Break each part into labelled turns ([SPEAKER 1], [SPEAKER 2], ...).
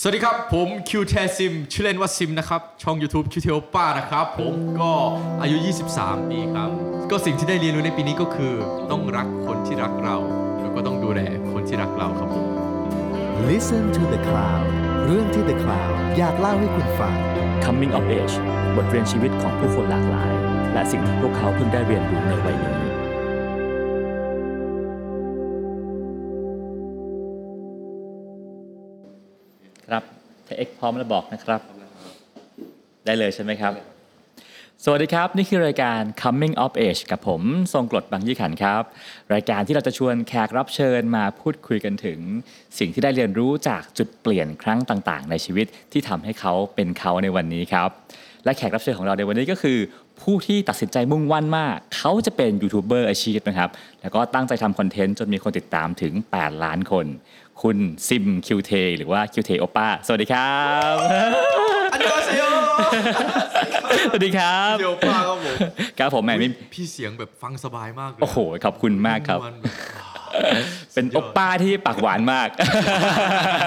[SPEAKER 1] สวัสดีครับ ผมคิวเทซิมชื่อเล่นว่าซิมนะครับ ช่อง YouTube คิวเทโอป้านะครับ ผมก็อายุ 23 ปีครับ ก็สิ่งที่ได้เรียนรู้ในปีนี้ก็คือ ต้องรักคนที่รักเรา แล้วก็ต้องดูแลคนที่รักเราครับผม
[SPEAKER 2] Listen to the Cloud เรื่องที่ The Cloud อยากเล่าให้คุณฟัง
[SPEAKER 3] Coming of Age บทเรียนชีวิตของผู้คนหลากหลาย และสิ่งที่พวกเขาเพิ่งได้เรียนรู้ในวัยนี้ ครับถ้าเอ็กพร้อมแล้วบอกนะครับ ได้เลยใช่ไหมครับ สวัสดีครับ นี่คือรายการ Coming of Age กับผม ทรงกรดบางยี่ขันครับ รายการที่เราจะชวนแขกรับเชิญมาพูดคุยกันถึง สิ่งที่ได้เรียนรู้จากจุดเปลี่ยนครั้งต่าง ๆ ในชีวิตที่ทำให้เขาเป็นเขาในวันนี้ครับ และแขกรับเชิญของเราในวันนี้ก็คือ ผู้ที่ตัดสินใจมุ่งมั่นมาก เขาจะเป็นยูทูบเบอร์อาชีพนะครับ แล้วก็ตั้งใจทำคอนเทนต์จนมีคนติดตามถึง 8 ล้านคน คุณซิมคิวเทหรือว่าคิวเทโอป้าสวัสดีครับ
[SPEAKER 1] อันนี้ก็เซล
[SPEAKER 3] สวัสดีครับ
[SPEAKER 1] เดียวป้าครับผม
[SPEAKER 3] ครับผมแหมไม่
[SPEAKER 1] พี่เสียงแบบฟังสบายมากเลย
[SPEAKER 3] โอ้โห ขอบคุณมากครับ
[SPEAKER 1] นแบบ
[SPEAKER 3] เป็นโอป้าที่ปากหวานมาก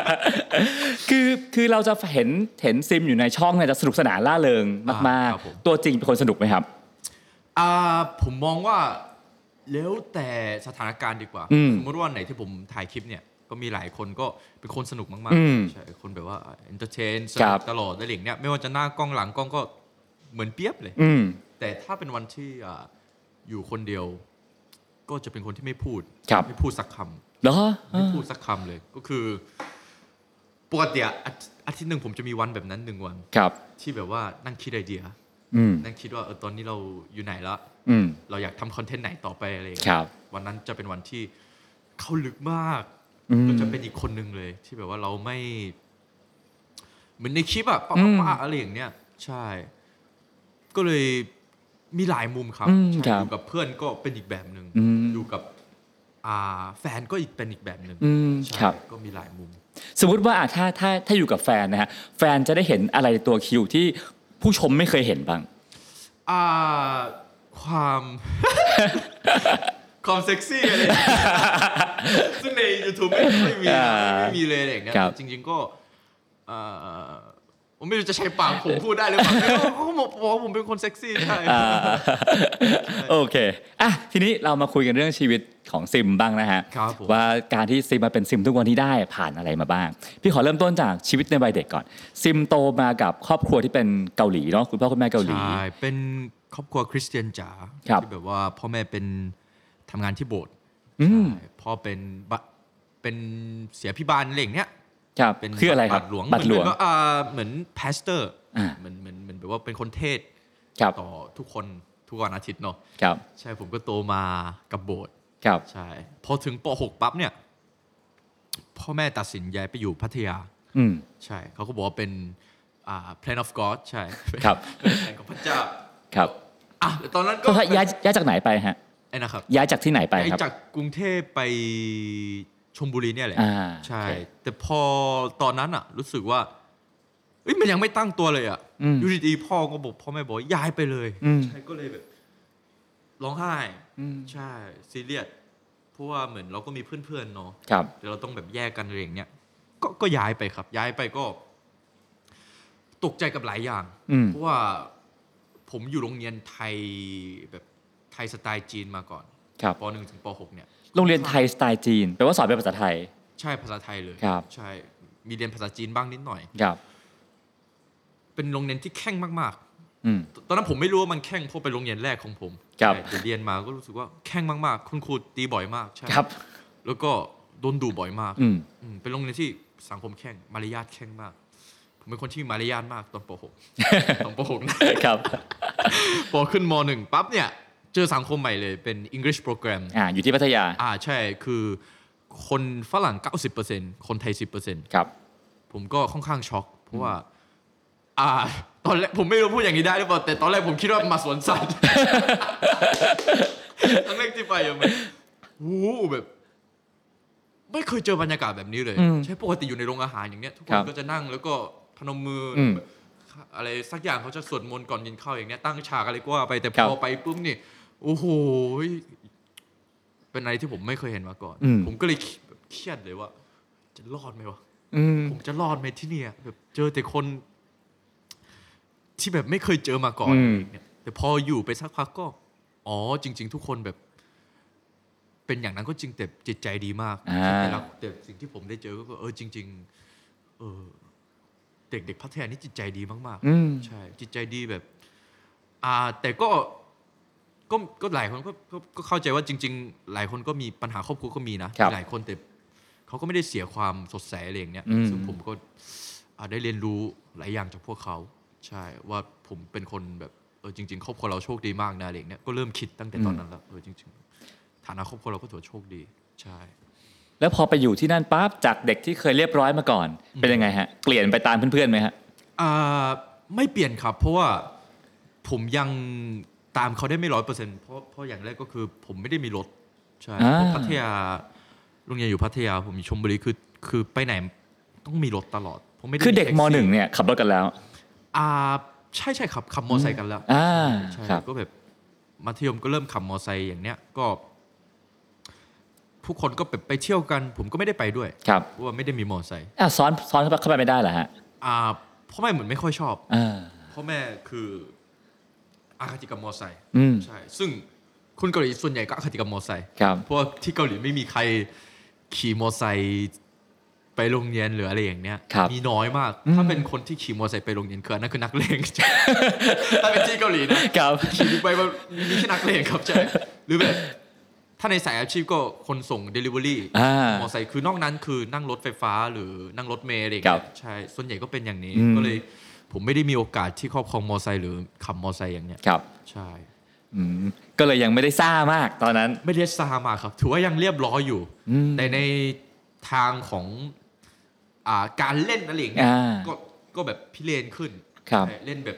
[SPEAKER 3] คือ คือเราจะเห็น เห็นซิมอยู่ในช่องเนี่ยจะสนุกสนานล่าเริงมาก ๆ ตัวจริงเป็นคนสนุกไหมครับ
[SPEAKER 1] อ่าผมมองว่าแล้วแต่สถานการณ์ดีกว่า
[SPEAKER 3] อืม
[SPEAKER 1] สมมติว่าไหนที่ผมถ่ายคลิปเนี่ยก็มีหลายคนก็เป็นคนสนุกมาก
[SPEAKER 3] อืม
[SPEAKER 1] ๆใช่คนแบบว่าเอนเตอร์เทนส
[SPEAKER 3] ครั
[SPEAKER 1] นุ
[SPEAKER 3] บ
[SPEAKER 1] กตลอดอะไรอย่างเงี้ยไม่ว่าจะหน้ากล้องหลังกล้องก็เหมือนเปรียบเลย
[SPEAKER 3] อืม
[SPEAKER 1] แต่ถ้าเป็นวันที่อ่าอยู่คนเดียว ก็จะเป็นคนที่ไม่พูด
[SPEAKER 3] ครับ
[SPEAKER 1] ไม่พูดสักคำ
[SPEAKER 3] เหรอ
[SPEAKER 1] ไม่พูดสักคำเลย ก็คือปกติอะอาทิอาทิตย์หนึ่งผมจะมีวันแบบนั้นหนึ่งวัน
[SPEAKER 3] ครับ
[SPEAKER 1] ที่แบบว่านั่งคิดไอเดีย
[SPEAKER 3] อืม
[SPEAKER 1] นั่งคิดว่าเออตอนนี้เราอยู่ไหนละ
[SPEAKER 3] อืม
[SPEAKER 1] เราอยากทำคอนเทนต์ไหนต่อไปอะไรอย่าง
[SPEAKER 3] ค
[SPEAKER 1] เงี้ย
[SPEAKER 3] รับ
[SPEAKER 1] วันนั้นจะเป็นวันที่เข้าลึกมาก
[SPEAKER 3] อืม
[SPEAKER 1] ก็จะเป็นอีกคนหนึ่งเลย ที่แบบว่าเราไม่ เหมือนในคลิปอะป้า
[SPEAKER 3] อืม
[SPEAKER 1] ป้าอะไรอย่างเนี้ยใช่ ก็เลยมีหลายมุมครับ
[SPEAKER 3] อืม
[SPEAKER 1] ใช่
[SPEAKER 3] ค
[SPEAKER 1] อ
[SPEAKER 3] รับ
[SPEAKER 1] ยู่กับเพื่อนก็เป็นอีกแบบหนึ่ง
[SPEAKER 3] อืม
[SPEAKER 1] อยู่กับ อ่า แฟนก็อีกเป็นอีกแบบหนึ่ง
[SPEAKER 3] อืม
[SPEAKER 1] ใช่
[SPEAKER 3] ครับ
[SPEAKER 1] ก็มีหลายมุม
[SPEAKER 3] สมมติว่าอ่ะถ้า ถ้า ถ้าอยู่กับแฟนนะฮะ แฟนจะได้เห็นอะไรในตัวคิวที่ผู้ชมไม่เคยเห็นบ้าง
[SPEAKER 1] อ่า ความ ความเซ็กซี่อะไร ซึ่งใน YouTube ไม่ไม่มีนะ
[SPEAKER 3] อ่า
[SPEAKER 1] ไม่มีเลยอะไรอย่างเงี้ย
[SPEAKER 3] ครับ
[SPEAKER 1] จริง ๆ ก็เอ่อผมไม่รู้จะใช้ปากผมพูดได้หรือเปล่า ไม่รู้เขาบอกว่าผมเป็นคนเซ็กซี่ใช่
[SPEAKER 3] อ่าโอเคอ่ะทีนี้เรามาคุยกันเรื่องชีวิตของซิมบ้างนะฮะ
[SPEAKER 1] ครับผม
[SPEAKER 3] ว่าการที่ซิมมาเป็นซิมทุกวันนี้ได้ผ่านอะไรมาบ้าง พี่ขอเริ่มต้นจากชีวิตในวัยเด็กก่อน ซิมโตมากับครอบครัวที่เป็นเกาหลีเนาะคุณพ่อคุณแม่เกาหลี
[SPEAKER 1] ใช่ เป็นครอบครัวคริสเตียนจ๋า
[SPEAKER 3] ครับ
[SPEAKER 1] ที่แบบว่าพ่อแม่เป็นทำงานที่โบสถ์
[SPEAKER 3] อืม
[SPEAKER 1] ใช่พ่อเป็นบะเป็นเสียพิบาลอะไรอย่างเงี้ย
[SPEAKER 3] ครับ
[SPEAKER 1] เป็น
[SPEAKER 3] คืออะไรครับ
[SPEAKER 1] บัตรหลวง
[SPEAKER 3] บัตรหลวง
[SPEAKER 1] เหมือนก็อ่าเหมือนพาสเตอร์
[SPEAKER 3] อ่า
[SPEAKER 1] เหมือนเหมือนเหมือนแบบว่าเป็นคนเทศน์
[SPEAKER 3] ครับ
[SPEAKER 1] ต่อทุกคนทุกวันอาทิตย์เนาะ
[SPEAKER 3] ครับ
[SPEAKER 1] ใช่ผมก็โตมากับโบสถ์
[SPEAKER 3] ครับ
[SPEAKER 1] ใช่ พอถึงป .6 ปั๊บเนี่ย พ่อแม่ตัดสินย้ายไปอยู่พัทยา
[SPEAKER 3] อืม
[SPEAKER 1] ใช่เขาก็บอกว่าเป็นอ่า plan of God ใช่
[SPEAKER 3] ครับ
[SPEAKER 1] เป็นแผนของพระเจ้า
[SPEAKER 3] ครับ
[SPEAKER 1] อ่ะแต่ตอนนั้นก็
[SPEAKER 3] ก็ย้ายย้ายจากไหนไปฮะ
[SPEAKER 1] ไอ้นะครับ
[SPEAKER 3] ย้ายจากที่ไหนไป
[SPEAKER 1] ย้าย
[SPEAKER 3] ครับ
[SPEAKER 1] จากกรุงเทพไปชลบุรีเนี่ยแหละ
[SPEAKER 3] อ่า
[SPEAKER 1] ใช่
[SPEAKER 3] โอเค
[SPEAKER 1] แต่พอตอนนั้นอะรู้สึกว่าเอ้ยมันยังไม่ตั้งตัวเลยอะ
[SPEAKER 3] อืม
[SPEAKER 1] อยูดีๆพ่อก็บอกพ่อแม่บอกว่าย้ายไปเลย
[SPEAKER 3] อืม
[SPEAKER 1] ใช่ก็เลยแบบร้องไห้
[SPEAKER 3] อืม
[SPEAKER 1] ใช่ซีเรียสเพราะว่าเหมือนเราก็มีเพื่อนๆเนาะ
[SPEAKER 3] ครับ
[SPEAKER 1] แต่เราต้องแบบแยกกันอะไรอย่างเงี้ยก็ก็ย้ายไปครับ ย้ายไปก็ ตกใจกับหลายอย่าง
[SPEAKER 3] อืม
[SPEAKER 1] เพราะว่าผมอยู่โรงเรียนไทยแบบไทยสไตล์จีนมาก่อน
[SPEAKER 3] ครับ
[SPEAKER 1] ปหนึ่งถึงปหกเนี่ย
[SPEAKER 3] โรงเรียนไทยสไตล์จีนแปลว่าสอนเป็นภาษาไทย
[SPEAKER 1] ใช่ภาษาไทยเลย
[SPEAKER 3] ครับ
[SPEAKER 1] ใช่ มีเรียนภาษาจีนบ้างนิดหน่อย
[SPEAKER 3] ครับ
[SPEAKER 1] เป็นโรงเรียนที่แข่งมาก
[SPEAKER 3] อืม
[SPEAKER 1] ๆตตอนนั้นผมไม่รู้ว่ามันแข่งเพราะเป็นโรงเรียนแรกของผม
[SPEAKER 3] ครับ
[SPEAKER 1] ใช่แต่เรียนมาก็รู้สึกว่าแข่งมากๆ คุณครูตีบ่อยมากใช่
[SPEAKER 3] ครับ
[SPEAKER 1] แล้วก็โดนดูบ่อยมาก
[SPEAKER 3] อืม
[SPEAKER 1] อืมเป็นโรงเรียนที่สังคมแข่งมารยาทแข่งมาก ผมเป็นคนที่มีมารยาทมากตอนป .6 ตอนป .6 นะครับ พอขึ้นม .1 ปั๊บเนี่ย เจอสังคมใหม่เลยเป็น English program
[SPEAKER 3] อ่า อยู่ที่พัทยา
[SPEAKER 1] อ่าใช่คือคนฝรั่ง 90%คนไทย 10%
[SPEAKER 3] ครับ
[SPEAKER 1] ผมก็ค่อนข้างช็อกเพราะว่า อ่า ตอนแรกผมไม่รู้พูดอย่างนี้ได้หรือเปล่าแต่ตอนแรกผมคิดว่ามาสวน สัตว์ ตอนแรกที่ไปอะมันวู้แบบ ไม่เคยเจอบรรยากาศแบบนี้เลย
[SPEAKER 3] อืม
[SPEAKER 1] ใช่ปกติอยู่ในโรงอาหารอย่างเนี้ย ทุกค
[SPEAKER 3] ครั
[SPEAKER 1] น
[SPEAKER 3] บ
[SPEAKER 1] ก็จะนั่งแล้วก็พนมมืออ
[SPEAKER 3] ม
[SPEAKER 1] อะไรสักอย่างเขาจะสวดมนต์ก่อนกินข้าวอย่างเนี้ยตั้งฉากอะไรก็ว่าไปแต่
[SPEAKER 3] ครั
[SPEAKER 1] พอบ ไปปุ๊บนี่โอ้โหเป็นอะไรที่ผมไม่เคยเห็นมาก่อน
[SPEAKER 3] อืม
[SPEAKER 1] ผมก็เลยเครียดเลยว่า จะรอดไหมวะ
[SPEAKER 3] อืม
[SPEAKER 1] ผมจะรอดไหมที่เนี่ยแบบเจอแต่คน ที่แบบไม่เคยเจอมาก่อน
[SPEAKER 3] อื
[SPEAKER 1] อะไร
[SPEAKER 3] ม
[SPEAKER 1] อย่างเงี้ยแต่พออยู่ไปสักพักก็ อ๋อ จริง ๆ ทุกคนแบบ เป็นอย่างนั้นก็จริงแต่จิตใจดีมาก
[SPEAKER 3] อ่า
[SPEAKER 1] แต่ละแต่สิ่งที่ผมได้เจอก็คือเออจริง ๆ เออ เด็กๆพัทยานี่จิตใจดีมากๆ
[SPEAKER 3] อืม
[SPEAKER 1] ใช่จิตใจดีแบบ อ่า แต่ก็ก็ก็หลายคนก็ก็ก็เข้าใจว่าจริง ๆ หลายคนก็มีปัญหาครอบครัวก็มีนะครับ มีหลายคนแต่เขาก็ไม่ได้เสียความสดใสอะไรอย่างเนี้ย
[SPEAKER 3] อืม
[SPEAKER 1] ซึ่งผมก็อ่าได้เรียนรู้หลายอย่างจากพวกเขา ใช่ว่าผมเป็นคนแบบเออจริง ๆ ครอบครัวเราโชคดีมากนะอะไรอย่างเนี้ยก็เริ่มคิดตั้งแต่ตอนนั้นแล้วเออจริง ๆ ฐานะครอบครัวเราก็ถือว่าโชคดี ใช่
[SPEAKER 3] แล้วพอไปอยู่ที่นั่นปั๊บจากเด็กที่เคยเรียบร้อยมาก่อน เป็นยังไงฮะ เปลี่ยนไปตามเพื่อนๆไหมฮะ
[SPEAKER 1] อ่าไม่เปลี่ยนครับ เพราะว่าผมยังตามเขาได้ไม่ร้อยเปอร์เซ็นต์เพราะเพราะอย่างแรกก็คือ ผมไม่ได้มีรถใช่
[SPEAKER 3] อ่า
[SPEAKER 1] เพราะพัทยาโรงเรียนอยู่พัทยา ผมอยู่ชมบุรีคือคือไปไหนต้องมีรถตลอดผมไม่ได้
[SPEAKER 3] คือเด็ก
[SPEAKER 1] แท็ก
[SPEAKER 3] ม
[SPEAKER 1] ซี่
[SPEAKER 3] หนึ่งเนี่ยขับรถกันแล้ว
[SPEAKER 1] อ่าใช่ใช่ครับขับมอไซค์กันแล้ว
[SPEAKER 3] อ่า
[SPEAKER 1] ใช่
[SPEAKER 3] ครับ
[SPEAKER 1] ก็แบบมัธยมก็เริ่มขับมอไซค์อย่างเนี้ยก็ผู้คนก็แบบไปเที่ยวกัน ผมก็ไม่ได้ไปด้วย
[SPEAKER 3] ครับ
[SPEAKER 1] เพราะว่าไม่ได้มีมอไซค์
[SPEAKER 3] อ่ะซ้อนซ้อนเข้าไปไม่ได้เหรอฮะ
[SPEAKER 1] อ่าพ่อแม่เหมือนไม่ค่อยชอบ
[SPEAKER 3] อ่า
[SPEAKER 1] พ่อแม่คืออาคติกับมอไซค์
[SPEAKER 3] อืม
[SPEAKER 1] ใช่ ซึ่งคนเกาหลีส่วนใหญ่ก็อาคติกับมอไซค์
[SPEAKER 3] ครับ
[SPEAKER 1] เพราะว่าที่เกาหลีไม่มีใครขี่มอไซค์ไปโรงเรียนหรืออะไรอย่างเนี้ยมีน้อยมาก ถ้าเป็นคนที่ขี่มอไซค์ไปโรงเรียนคืออันนั่นคือนักเลง ถ้าเป็นที่เกาหลีนะครับ ขี่บิ๊กไปมันมีแค่นักเลงครับใช่ หรือแบบถ้าในสายอาชีพก็คนส่ง Delivery
[SPEAKER 3] อ่าม
[SPEAKER 1] อไซค์คือนอกนั้นคือนั่งรถไฟฟ้าหรือนั่งรถเมล์อะไรอย่าง
[SPEAKER 3] ครั
[SPEAKER 1] เงี้
[SPEAKER 3] บ
[SPEAKER 1] ยใช่ส่วนใหญ่ก็เป็นอย่างนี้
[SPEAKER 3] อืม
[SPEAKER 1] ก็เลย ผมไม่ได้มีโอกาสที่ครอบครองมอไซค์หรือขับมอไซค์อย่างเนี้ย
[SPEAKER 3] ครับ
[SPEAKER 1] ใช่
[SPEAKER 3] อืมก็เลยยังไม่ได้ซ่ามากตอนนั้น
[SPEAKER 1] ไม่ได้ซามาครับ ถือว่ายังเรียบร้อยอยู่
[SPEAKER 3] อืม
[SPEAKER 1] แต่ในทางของอ่าการเล่นอะไรอย่างเงี้ย
[SPEAKER 3] อ่า
[SPEAKER 1] ก็ก็แบบพิเรนขึ้น
[SPEAKER 3] ครับ
[SPEAKER 1] ใช่เล่นแบบ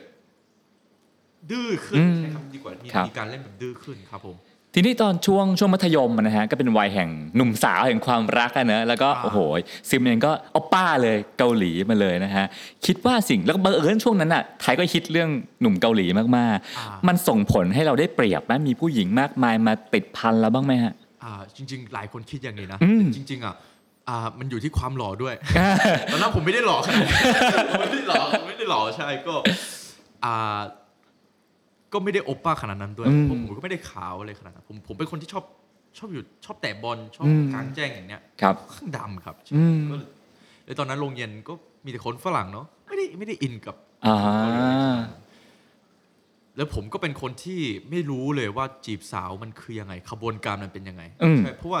[SPEAKER 1] ดื้อขึ้น
[SPEAKER 3] อืม
[SPEAKER 1] ใช้คำดีกว่ามี
[SPEAKER 3] ครับ
[SPEAKER 1] มีการเล่นแบบดื้อขึ้นครับผม
[SPEAKER 3] ทีนี้ตอนช่วงช่วงมัธยมอะนะฮะก็เป็นวัยแห่งหนุ่มสาวแห่งความรักอะเนอะแล้วก็
[SPEAKER 1] อ่า
[SPEAKER 3] โอ้โหซึมเองก็ออปป้าเลยเกาหลีมาเลยนะฮะคิดว่าสิ่งแล้วก็บังเอิญช่วงนั้นอ่ะไทยก็ฮิตเรื่องหนุ่มเกาหลีมาก
[SPEAKER 1] อ่า
[SPEAKER 3] ๆ มันส่งผลให้เราได้เปรียบไหมมีผู้หญิงมากมายมาติดพันเราบ้างไหมฮะ
[SPEAKER 1] อ่าจริง ๆ หลายคนคิดอย่างนี้นะ
[SPEAKER 3] อืม
[SPEAKER 1] แต่จริง ๆอ่ะอ่ามันอยู่ที่ความหล่อด้วย ตอนนั้นผมไม่ได้หล่อขนาดนั้น ผมไม่ได้หล่อผมไม่ได้หล่อใช่ก็อ่าก็ไม่ได้โอปป้าขนาดนั้นด้วย
[SPEAKER 3] อืม
[SPEAKER 1] ผมผมก็ไม่ได้ขาวอะไรขนาดนั้นผมผมเป็นคนที่ชอบชอบอยู่ชอบแต่บอลชอบ
[SPEAKER 3] อืม
[SPEAKER 1] กลางแจ้งอย่างเนี้ย
[SPEAKER 3] ครับ
[SPEAKER 1] ข้างดำครับ
[SPEAKER 3] อืม
[SPEAKER 1] ก็แล้วตอนนั้นโรงเรียนก็มีแต่คนฝรั่งเนาะไม่ได้ไม่ได้อินกับ
[SPEAKER 3] อ่า
[SPEAKER 1] แล้วผมก็เป็นคนที่ไม่รู้เลยว่าจีบสาวมันคือยังไงขบวนการมันเป็นยังไง
[SPEAKER 3] อืม
[SPEAKER 1] ใช่เพราะว่า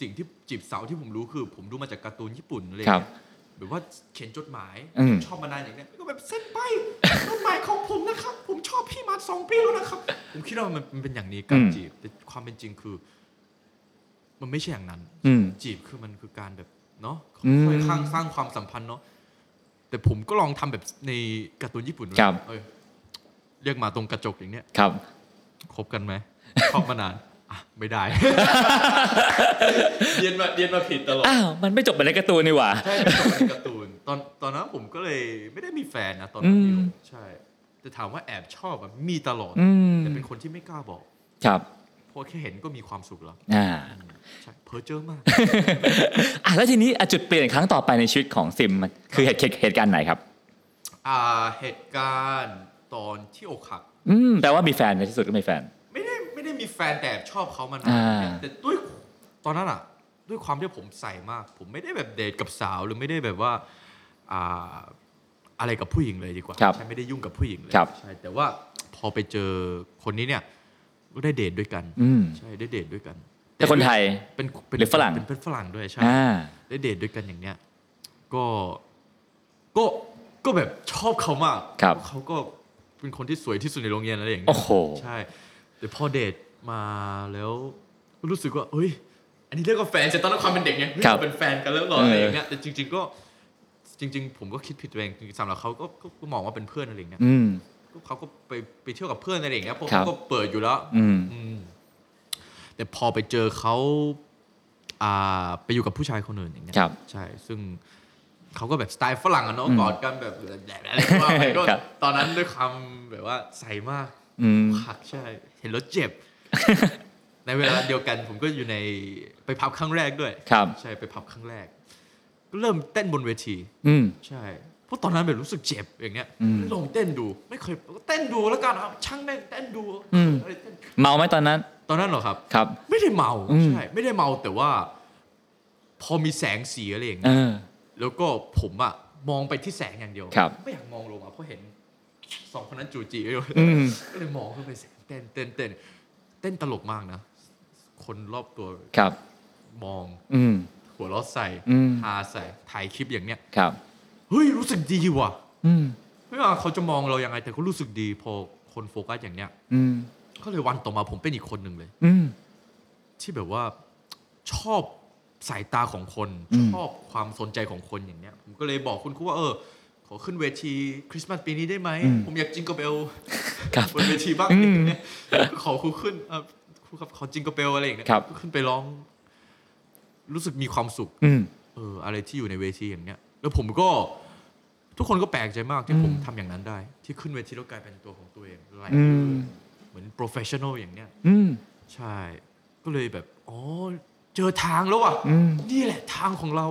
[SPEAKER 1] สิ่งที่จีบสาวที่ผมรู้คือ ผมดูมาจากการ์ตูนญี่ปุ่นอะไร
[SPEAKER 3] ครั
[SPEAKER 1] เงี้
[SPEAKER 3] บ
[SPEAKER 1] ยแบบว่าเขียนจดหมาย
[SPEAKER 3] อืม
[SPEAKER 1] ชอบมานานอย่างเนี้ยก็แบบเส้นไปจดหมายของผมนะครับ ผมชอบพี่มาสองปีแล้วนะครับ ผมคิดว่ามันมันเป็นอย่างนี้การจีบแต่ความเป็นจริงคือ มันไม่ใช่อย่างนั้น
[SPEAKER 3] อืม
[SPEAKER 1] จีบคือมันคือการแบบเนาะ
[SPEAKER 3] อืม
[SPEAKER 1] ค่อยๆข้างสร้างความสัมพันธ์เนาะแต่ผมก็ลองทำแบบในการ์ตูนญี่ปุ่นเลย
[SPEAKER 3] ครับ
[SPEAKER 1] เอ้ยเรียกมาตรงกระจกอย่างเนี้ย
[SPEAKER 3] ครับ
[SPEAKER 1] คบกันไหมคบมานานอ่ะไม่ได้ เรียนมาเรียนมาผิดตลอด
[SPEAKER 3] อ้าว มันไม่จบไปในการ์ตูนนี่หว่า
[SPEAKER 1] ใช่เป็นการ์ตูนการ์ตูนตอนตอนนั้นผมก็เลยไม่ได้มีแฟนนะตอนนั้น
[SPEAKER 3] อืม
[SPEAKER 1] เดียวใช่แต่ถามว่าแอบชอบอะมีตลอด
[SPEAKER 3] อืม
[SPEAKER 1] แต่เป็นคนที่ไม่กล้าบอก
[SPEAKER 3] ครับ
[SPEAKER 1] เพราะแค่เห็นก็มีความสุขแล้ว
[SPEAKER 3] อ่า
[SPEAKER 1] ใช่เพอเจอมาก
[SPEAKER 3] อ่ะแล้วทีนี้อ่ะจุดเปลี่ยนครั้งต่อไปในชีวิตของซิมมันคือเหตุเหตุการณ์ไหนครับ
[SPEAKER 1] อ่าเหตุการณ์ตอนที่อกหัก
[SPEAKER 3] อืมแปลว่ามีแฟนในที่สุดก็มีแฟน
[SPEAKER 1] ไม่ได้ไม่ได้มีแฟนแต่ชอบเขามา
[SPEAKER 3] อ่
[SPEAKER 1] นา
[SPEAKER 3] าน
[SPEAKER 1] แต่ด้วยตอนนั้นอ่ะ ด้วยความที่ผมใส่มาก ผมไม่ได้แบบเดทกับสาวหรือไม่ได้แบบว่าอ่าอะไรกับผู้หญิงเลยดีกว่า
[SPEAKER 3] ครับ
[SPEAKER 1] ใช่ไม่ได้ยุ่งกับผู้หญิงเลย
[SPEAKER 3] ครับ
[SPEAKER 1] ใช่แต่ว่าพอไปเจอคนนี้เนี่ยก็ได้เดทด้วยกัน
[SPEAKER 3] อืม
[SPEAKER 1] ใช่ได้เดทด้วยกัน
[SPEAKER 3] แต่คนไทย
[SPEAKER 1] เป็นเป็น
[SPEAKER 3] หรือฝรั่ง
[SPEAKER 1] เป็นเป็นฝรั่งด้วยใช่
[SPEAKER 3] อ่า
[SPEAKER 1] ได้เดทด้วยกันอย่างเนี้ย ก็ ก็ ก็แบบชอบเขามาก
[SPEAKER 3] ครับ
[SPEAKER 1] เขาก็เป็นคนที่สวยที่สุดในโรงเรียนอะไรอย่างเงี้
[SPEAKER 3] โอ้
[SPEAKER 1] ย
[SPEAKER 3] โห
[SPEAKER 1] ใช่ แต่พอเดทมาแล้วก็รู้สึกว่า เฮ้ย อันนี้เรียกว่าแฟนแต่ตอนนั้นความเป็นเด็กไงเฮ้ย
[SPEAKER 3] ครับ
[SPEAKER 1] เราเป็นแฟนกันแล้วเหรอ
[SPEAKER 3] เอออ
[SPEAKER 1] อะไรอย่างเงี้ย แต่จริง ๆ ก็ จริง ๆ ผมก็คิดผิดตัวเองสำหรับเขาก็ก็ก็มองว่าเป็นเพื่อนอะไรอย่างเงี้ย
[SPEAKER 3] ืม
[SPEAKER 1] ก็เขาก็ไปไปเที่ยวกับเพื่อนอะไรอย่างเงี้ยเพราะ
[SPEAKER 3] ครับ
[SPEAKER 1] เขาก็เปิดอยู่แล้ว
[SPEAKER 3] อืม
[SPEAKER 1] อืมแต่พอไปเจอเขาอ่าไปอยู่กับผู้ชายคนอื่นอย่างเงี้ย
[SPEAKER 3] ครับ
[SPEAKER 1] ใช่ ซึ่งเขาก็แบบสไตล์ฝรั่งอะเนาะ
[SPEAKER 3] อืม
[SPEAKER 1] กอดกันแบบแบบอะไรก็ว่าไปก็
[SPEAKER 3] ครับ
[SPEAKER 1] ตอนนั้นด้วยความแบบว่าใสมาก
[SPEAKER 3] อืม
[SPEAKER 1] หักใช่ เห็นแล้วเจ็บ ในเวลาเดียวกันผมก็อยู่ในไปพับครั้งแรกด้วย
[SPEAKER 3] ครับ
[SPEAKER 1] ใช่ไปพับครั้งแรก ก็เริ่มเต้นบนเวที
[SPEAKER 3] อืม
[SPEAKER 1] ใช่เพราะตอนนั้นแบบรู้สึกเจ็บอย่างเงี้ย
[SPEAKER 3] อืม
[SPEAKER 1] ลองเต้นดู ไม่เคยก็เต้นดูแล้วกันครับช่างแม่งเต้นดู
[SPEAKER 3] อืม
[SPEAKER 1] ะไรเต้น
[SPEAKER 3] เมาไหมตอนนั้น
[SPEAKER 1] ตอนนั้นเหรอครับ
[SPEAKER 3] ครับ
[SPEAKER 1] ไม่ได้เมา
[SPEAKER 3] อืม
[SPEAKER 1] ใช่ไม่ได้เมาแต่ว่า พอมีแสงสีอะไรอย่าง
[SPEAKER 3] เอ
[SPEAKER 1] เงี้ย
[SPEAKER 3] อ
[SPEAKER 1] แล้วก็ผมอะมองไปที่แสงอย่างเดียว
[SPEAKER 3] ครับ
[SPEAKER 1] ไม่อยากมองลงอะเพราะเห็นสองคนนั้นจูจีอยู่
[SPEAKER 3] อืม
[SPEAKER 1] ก็เลยมองเข้าไปแสงเต้นเต้นเต้นเต้นตลกมากนะ คนรอบตัว
[SPEAKER 3] ครับ
[SPEAKER 1] มอง
[SPEAKER 3] อืม
[SPEAKER 1] หัวเราะใส่
[SPEAKER 3] อืม
[SPEAKER 1] ฮาใส่ถ่ายคลิปอย่างเนี้ย
[SPEAKER 3] ครับ
[SPEAKER 1] เฮ้ยรู้สึกดีว่ะ
[SPEAKER 3] อืม
[SPEAKER 1] ไม่ว่าเขาจะมองเรายังไงแต่เขารู้สึกดีพอคนโฟกัสอย่างเนี้ย
[SPEAKER 3] อืม
[SPEAKER 1] ก็เลยวันต่อมาผมเป็นอีกคนหนึ่งเลย
[SPEAKER 3] อืม
[SPEAKER 1] ที่แบบว่าชอบสายตาของคน
[SPEAKER 3] อืม
[SPEAKER 1] ชอบความสนใจของคนอย่างเนี้ย ผมก็เลยบอกคุณครูว่าเออ ขอขึ้นเวทีคริสต์มาสปีนี้ได้ไหม ผมอยากจิงเกอร์เบล
[SPEAKER 3] ครับ
[SPEAKER 1] บนเวทีบ้าง
[SPEAKER 3] อืม
[SPEAKER 1] ขอครูขึ้นเอ่อครูครับขอจิงเกอร์เบลอะไรอย่างเงี้ย
[SPEAKER 3] ครับ
[SPEAKER 1] ขึ้นไปร้อง รู้สึกมีความสุข
[SPEAKER 3] อืม
[SPEAKER 1] เอออะไรที่อยู่ในเวทีอย่างเนี้ย แล้วผมก็ทุกคนก็แปลกใจมากที่ผมทำอย่างนั้นได้ ที่ขึ้นเวทีแล้วกลายเป็นตัวของตัวเองไหล
[SPEAKER 3] อืม
[SPEAKER 1] เหมือนโปรเฟชชั่นอลอย่างเนี้ย
[SPEAKER 3] อืม
[SPEAKER 1] ใช่ ก็เลยแบบ อ๋อ เจอทางแล้วว่ะ
[SPEAKER 3] อืม
[SPEAKER 1] นี่แหละทางของเรา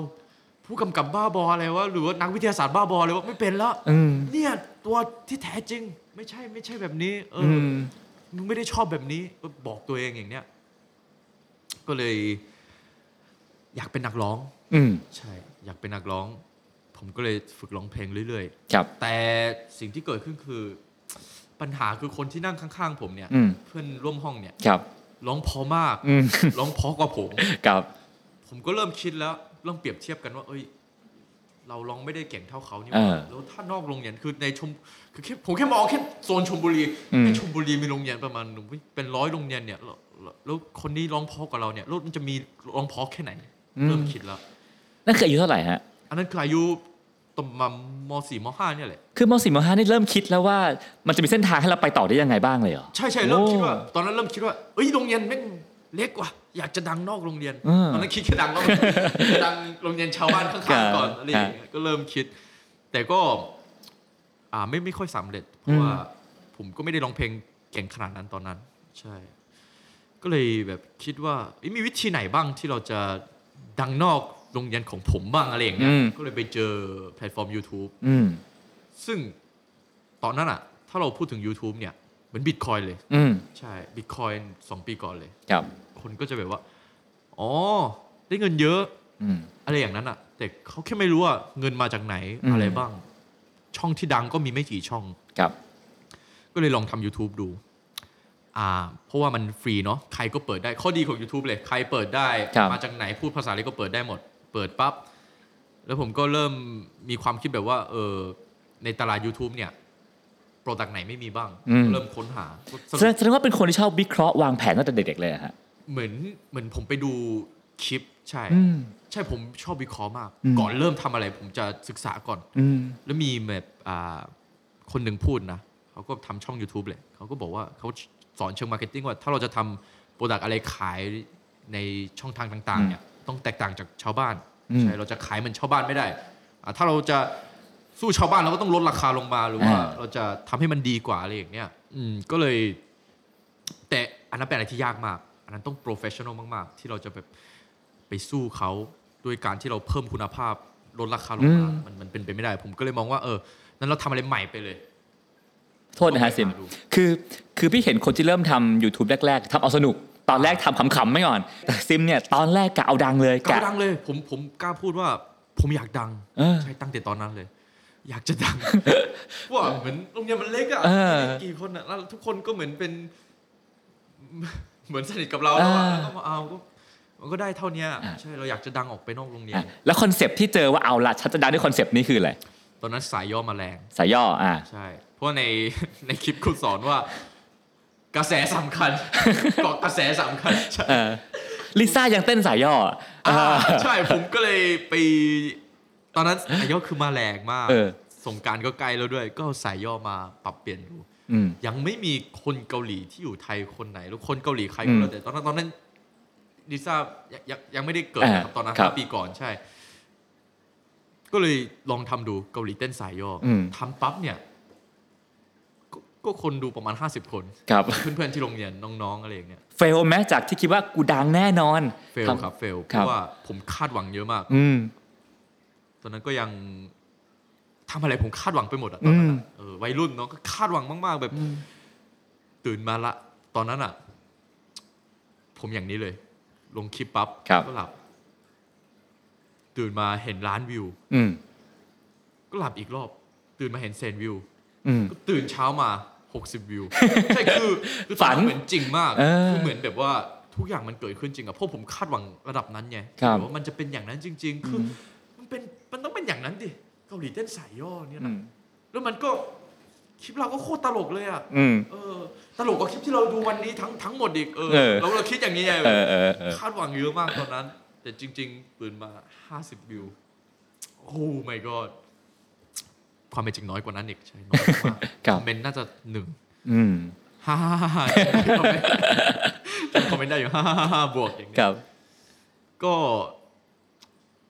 [SPEAKER 1] ผู้กำกับบ้าบออะไรวะหรือว่านักวิทยาศาสตร์บ้าบออะไรวะไม่เป็นแล้ว
[SPEAKER 3] อืม
[SPEAKER 1] เนี่ยตัวที่แท้จริง ไม่ใช่ไม่ใช่แบบนี้ เออ
[SPEAKER 3] อื
[SPEAKER 1] อ
[SPEAKER 3] ม
[SPEAKER 1] มึงไม่ได้ชอบแบบนี้ก็บอกตัวเองอย่างเนี้ย ก็เลย อยากเป็นนักร้อง
[SPEAKER 3] อืม
[SPEAKER 1] ใช่อยากเป็นนักร้อง ผมก็เลยฝึกร้องเพลงเรื่อย
[SPEAKER 3] ครับ
[SPEAKER 1] ๆ แต่สิ่งที่เกิดขึ้นคือ ปัญหาคือคนที่นั่งข้างๆ ผมเนี่ย
[SPEAKER 3] อืม
[SPEAKER 1] เพื่อนร่วมห้องเนี่ย
[SPEAKER 3] ครับ
[SPEAKER 1] ร้องเพอมาก
[SPEAKER 3] อืม
[SPEAKER 1] ร้องเพอกว่าผม
[SPEAKER 3] ครับ
[SPEAKER 1] ผมก็เริ่มคิดแล้วเริ่มเปรียบเทียบกันว่า เอ้ย เราร้องไม่ได้เก่งเท่าเขานี่ห
[SPEAKER 3] เอ
[SPEAKER 1] ว่า
[SPEAKER 3] อ
[SPEAKER 1] แล้วถ้านอกโรงเรียนคือในชมคือแค่ผมแค่มองแค่โซนชมบุรี
[SPEAKER 3] อืม
[SPEAKER 1] ในชมบุรีมีโรงเรียนประมาณเป็นร้อยโรงเรียนเนี่ยแล้วแล้วแล้วคนนี้ร้องเพอกว่าเราเนี่ยแล้วมันจะมีร้องเพอแค่ไหน เริ่มคิดแล้ว
[SPEAKER 3] นั่นคืออายุเท่าไหร่ฮะ
[SPEAKER 1] อันนั้นคืออายุตอนมามสี่มห้าเนี่ยแหละ
[SPEAKER 3] คือมสี่มห้านี่เริ่มคิดแล้วว่ามันจะมีเส้นทางให้เราไปต่อได้ยังไงบ้างเลยเหรอ
[SPEAKER 1] ใช่ใช่เริ่มคิดว่า
[SPEAKER 3] โอ้
[SPEAKER 1] ตอนนั้นเริ่มคิดว่าเอ้ยโรงเรียนแม่งเล็กว่ะอยากจะดังนอกโรงเรียน
[SPEAKER 3] อืม
[SPEAKER 1] ตอนนั้นคิดแค่ดังนอกโรงเรียนจะดังโรงเรียนชาวบ้านข้างๆก่อน
[SPEAKER 3] ครับ
[SPEAKER 1] อะไรอย่างเงี้ยก็เริ่มคิด แต่ก็ อ่าไม่ไม่ค่อยสำเร็จ เพ
[SPEAKER 3] อื
[SPEAKER 1] ราะ
[SPEAKER 3] ม
[SPEAKER 1] ว่าผมก็ไม่ได้ร้องเพลงเก่งขนาดนั้นตอนนั้น ใช่ ก็เลยแบบคิดว่าเอ้ยมีวิธีไหนบ้างที่เราจะดังนอกโรงเรียนของผมบ้างอะไรอย่างเงี้ยก็เลยไปเจอแพลตฟอร์ม YouTube
[SPEAKER 3] อืม
[SPEAKER 1] ซึ่งตอนนั้นอะถ้าเราพูดถึง YouTube เนี่ยเหมือนบิตคอยเลย
[SPEAKER 3] อืม
[SPEAKER 1] ใช่บิตคอยน์สองปีก่อนเลย
[SPEAKER 3] ครับ
[SPEAKER 1] คนก็จะแบบว่า อ๋อ ได้เงินเยอะ
[SPEAKER 3] อืม
[SPEAKER 1] อะไรอย่างนั้นอะแต่เขาแค่ไม่รู้ว่าเงินมาจากไหน
[SPEAKER 3] อืม
[SPEAKER 1] อะไรบ้าง ช่องที่ดังก็มีไม่กี่ช่อง
[SPEAKER 3] ครับ
[SPEAKER 1] ก็เลยลองทำ YouTube ดู อ่า เพราะว่ามันฟรีเนาะ ใครก็เปิดได้ ข้อดีของ YouTube เลย ใครเปิดได้
[SPEAKER 3] ครับ
[SPEAKER 1] มาจากไหน พูดภาษาอะไรก็เปิดได้หมด เปิดปั๊บ แล้วผมก็เริ่มมีความคิดแบบว่า เออ ในตลาด YouTube เนี่ย โปรดักไหนไม่มีบ้าง เริ่มค้นหาสรุ
[SPEAKER 3] แส
[SPEAKER 1] ป
[SPEAKER 3] ดงแสดงว่าเป็นคนที่ชอบวิเคราะห์วางแผนตั้งแต่เด็กๆเลยอะฮะ
[SPEAKER 1] เหมือนเหมือนผมไปดูคลิปใช่
[SPEAKER 3] อืม
[SPEAKER 1] ใช่ผมชอบวิเคราะห์มาก
[SPEAKER 3] อืม
[SPEAKER 1] ก่อนเริ่มทำอะไร ผมจะศึกษาก่อน
[SPEAKER 3] อืม
[SPEAKER 1] แล้วมีแบบอ่าคนหนึ่งพูดนะเขาก็ทำช่อง YouTube เลยเขาก็บอกว่าเขาสอนเชิงมาร์เก็ตติ้งว่า ถ้าเราจะทำโปรดักอะไรขายในช่องทางต่างๆเนี่ยต้องแตกต่างจากชาวบ้าน
[SPEAKER 3] อืม
[SPEAKER 1] ใช่เราจะขายเหมือนชาวบ้านไม่ได้อ่าถ้าเราจะสู้ชาวบ้านเราก็ต้องลดราคาลงมาหรือว่า
[SPEAKER 3] อ่า
[SPEAKER 1] เราจะทำให้มันดีกว่าอะไรอย่างเนี้ยอืมก็เลย แต่อันนั้นเป็นอะไรที่ยากมาก อันนั้นต้องโปรเฟชชั่นอลมาก ๆ ที่เราจะแบบไปสู้เขาด้วยการที่เราเพิ่มคุณภาพลดราคาลงมา
[SPEAKER 3] อืม
[SPEAKER 1] มันมันเป็นไปไม่ได้ ผมก็เลยมองว่าเออนั้นเราทำอะไรใหม่ไปเลย
[SPEAKER 3] โทษนะฮะ
[SPEAKER 1] ต้องไป
[SPEAKER 3] ซิม
[SPEAKER 1] หาดู
[SPEAKER 3] คือ คือพี่เห็นคนที่เริ่มทำ YouTube แรก ๆทำเอาสนุก ตอนแรกทำขำๆไม่ก่อน แต่ซิมเนี่ยตอนแรกกะเอาดังเลย
[SPEAKER 1] กล้าก
[SPEAKER 3] ะ
[SPEAKER 1] ดังเลย ผมผมกล้าพูดว่า ผมอยากดัง
[SPEAKER 3] เออ
[SPEAKER 1] ใช่ตั้งแต่ตอนนั้นเลย อยากจะดัง ว่าเหมือนโรงเรียนมันเล็กอะ
[SPEAKER 3] เออ
[SPEAKER 1] ไม่ได้กี่คนอะแล้วทุกคนก็เหมือน เป็น เหมือนสนิทกับเราแล้วอะ
[SPEAKER 3] เออ
[SPEAKER 1] แล้วก็มาเอาก็มันก็ได้เท่าเนี้ยใช่เราอยากจะดังออกไปนอกโรงเรียน
[SPEAKER 3] อ่ะแล้วคอนเซปต์ที่เจอว่าเอาละชัดจะดังด้วยคอนเซปต์นี้คืออะไร
[SPEAKER 1] ตอนนั้นสายย่อมาแรง
[SPEAKER 3] สายย่อ อ่ะ
[SPEAKER 1] ใช่ เพราะใน ในคลิปคุณสอนว่า กระแสสำ คัญ เกาะกระแสสำคัญใช่
[SPEAKER 3] เออ ลิซ่ายังเต้นสายย่ออ่ะ
[SPEAKER 1] อ่าใช่ ผมก็เลยไป ตอนนั้นสายย่อคือมาแรงมาก
[SPEAKER 3] เออ
[SPEAKER 1] สงกรารก็ใกล้แล้วด้วย ก็เอาสายย่อมาปรับเปลี่ยนดู
[SPEAKER 3] อืม
[SPEAKER 1] ยังไม่มีคนเกาหลีที่อยู่ไทยคนไหน หรือคนเกาหลีใคร
[SPEAKER 3] อื
[SPEAKER 1] ก็
[SPEAKER 3] ม
[SPEAKER 1] แล้วแต่ตอนนั้นตอนนั้นดิซ่ายังยังยังไม่ได้เกิดนะครับ
[SPEAKER 3] อ่า
[SPEAKER 1] ตอนนั้น
[SPEAKER 3] ครับ
[SPEAKER 1] ห้าปีก่อนใช่ ก็เลยลองทำดูเกาหลีเต้นสายย่ออ
[SPEAKER 3] ม
[SPEAKER 1] ทำปั๊บเนี่ยก็ก็คนดูประมาณห้าสิบคน
[SPEAKER 3] ครับ
[SPEAKER 1] เพื่อนๆที่โรงเรียนน้องๆอะไรอย่างเงี้ย
[SPEAKER 3] เฟลไหมจากที่คิดว่ากูดังแน่นอน
[SPEAKER 1] เฟล
[SPEAKER 3] ทำ
[SPEAKER 1] ครับเฟลเพ
[SPEAKER 3] ครับ
[SPEAKER 1] ราะว่าผมคาดหวังเยอะมาก
[SPEAKER 3] อืม
[SPEAKER 1] ตอนนั้นก็ยังทำอะไรผมคาดหวังไปหมดอะตอนนั้นอะเออวัยรุ่นเนาะก็คาดหวังมากๆแบบ ตื่นมาละ ตอนนั้นอะผมอย่างนี้เลย ลงคลิปปั๊บ
[SPEAKER 3] ครับ
[SPEAKER 1] ก็หลับ ตื่นมาเห็นล้านวิว
[SPEAKER 3] อืม
[SPEAKER 1] ก็หลับอีกรอบ ตื่นมาเห็นแสนวิว
[SPEAKER 3] อืม
[SPEAKER 1] ก็ตื่นเช้ามา 60 วิว ใช่คือคือ
[SPEAKER 3] ฝัน
[SPEAKER 1] เหมือนจริงมาก
[SPEAKER 3] เออ
[SPEAKER 1] คือเหมือนแบบว่าทุกอย่างมันเกิดขึ้นจริงอะเพราะผมคาดหวังระดับนั้นไง
[SPEAKER 3] ครับ
[SPEAKER 1] ว่ามันจะเป็นอย่างนั้นจริง ๆ คืออมันเป็นมันต้องเป็นอย่างนั้นดิเกาหลีเต้นสายย่อเนี่ยนะแล้วมันก็คลิปเราก็โคตรตลกเลยอะ
[SPEAKER 3] อืม
[SPEAKER 1] เออ ตลกกว่าคลิปที่เราดูวันนี้ทั้งทั้งหมดอีกเออ
[SPEAKER 3] เออ
[SPEAKER 1] เราเราคิดอย่างนี้ไง
[SPEAKER 3] เออเออเออ
[SPEAKER 1] คาดหวังเยอะมากตอนนั้น แต่จริง ๆ ตื่นมา 50 วิว โอ้ my god ความเป็นจริงน้อยกว่านั้นอีกใช่น้อยมาก
[SPEAKER 3] ครั
[SPEAKER 1] ค
[SPEAKER 3] บ
[SPEAKER 1] อมเมนต์น่าจะหนึ่ง
[SPEAKER 3] อืม
[SPEAKER 1] ฮ่าฮ่าฮ่าฮ่าคอมเมนต์ได้อยู่ ฮ่าฮ่าฮ่าฮ่าบวกอย่าง
[SPEAKER 3] ค
[SPEAKER 1] เงี้ย
[SPEAKER 3] รับ
[SPEAKER 1] ก็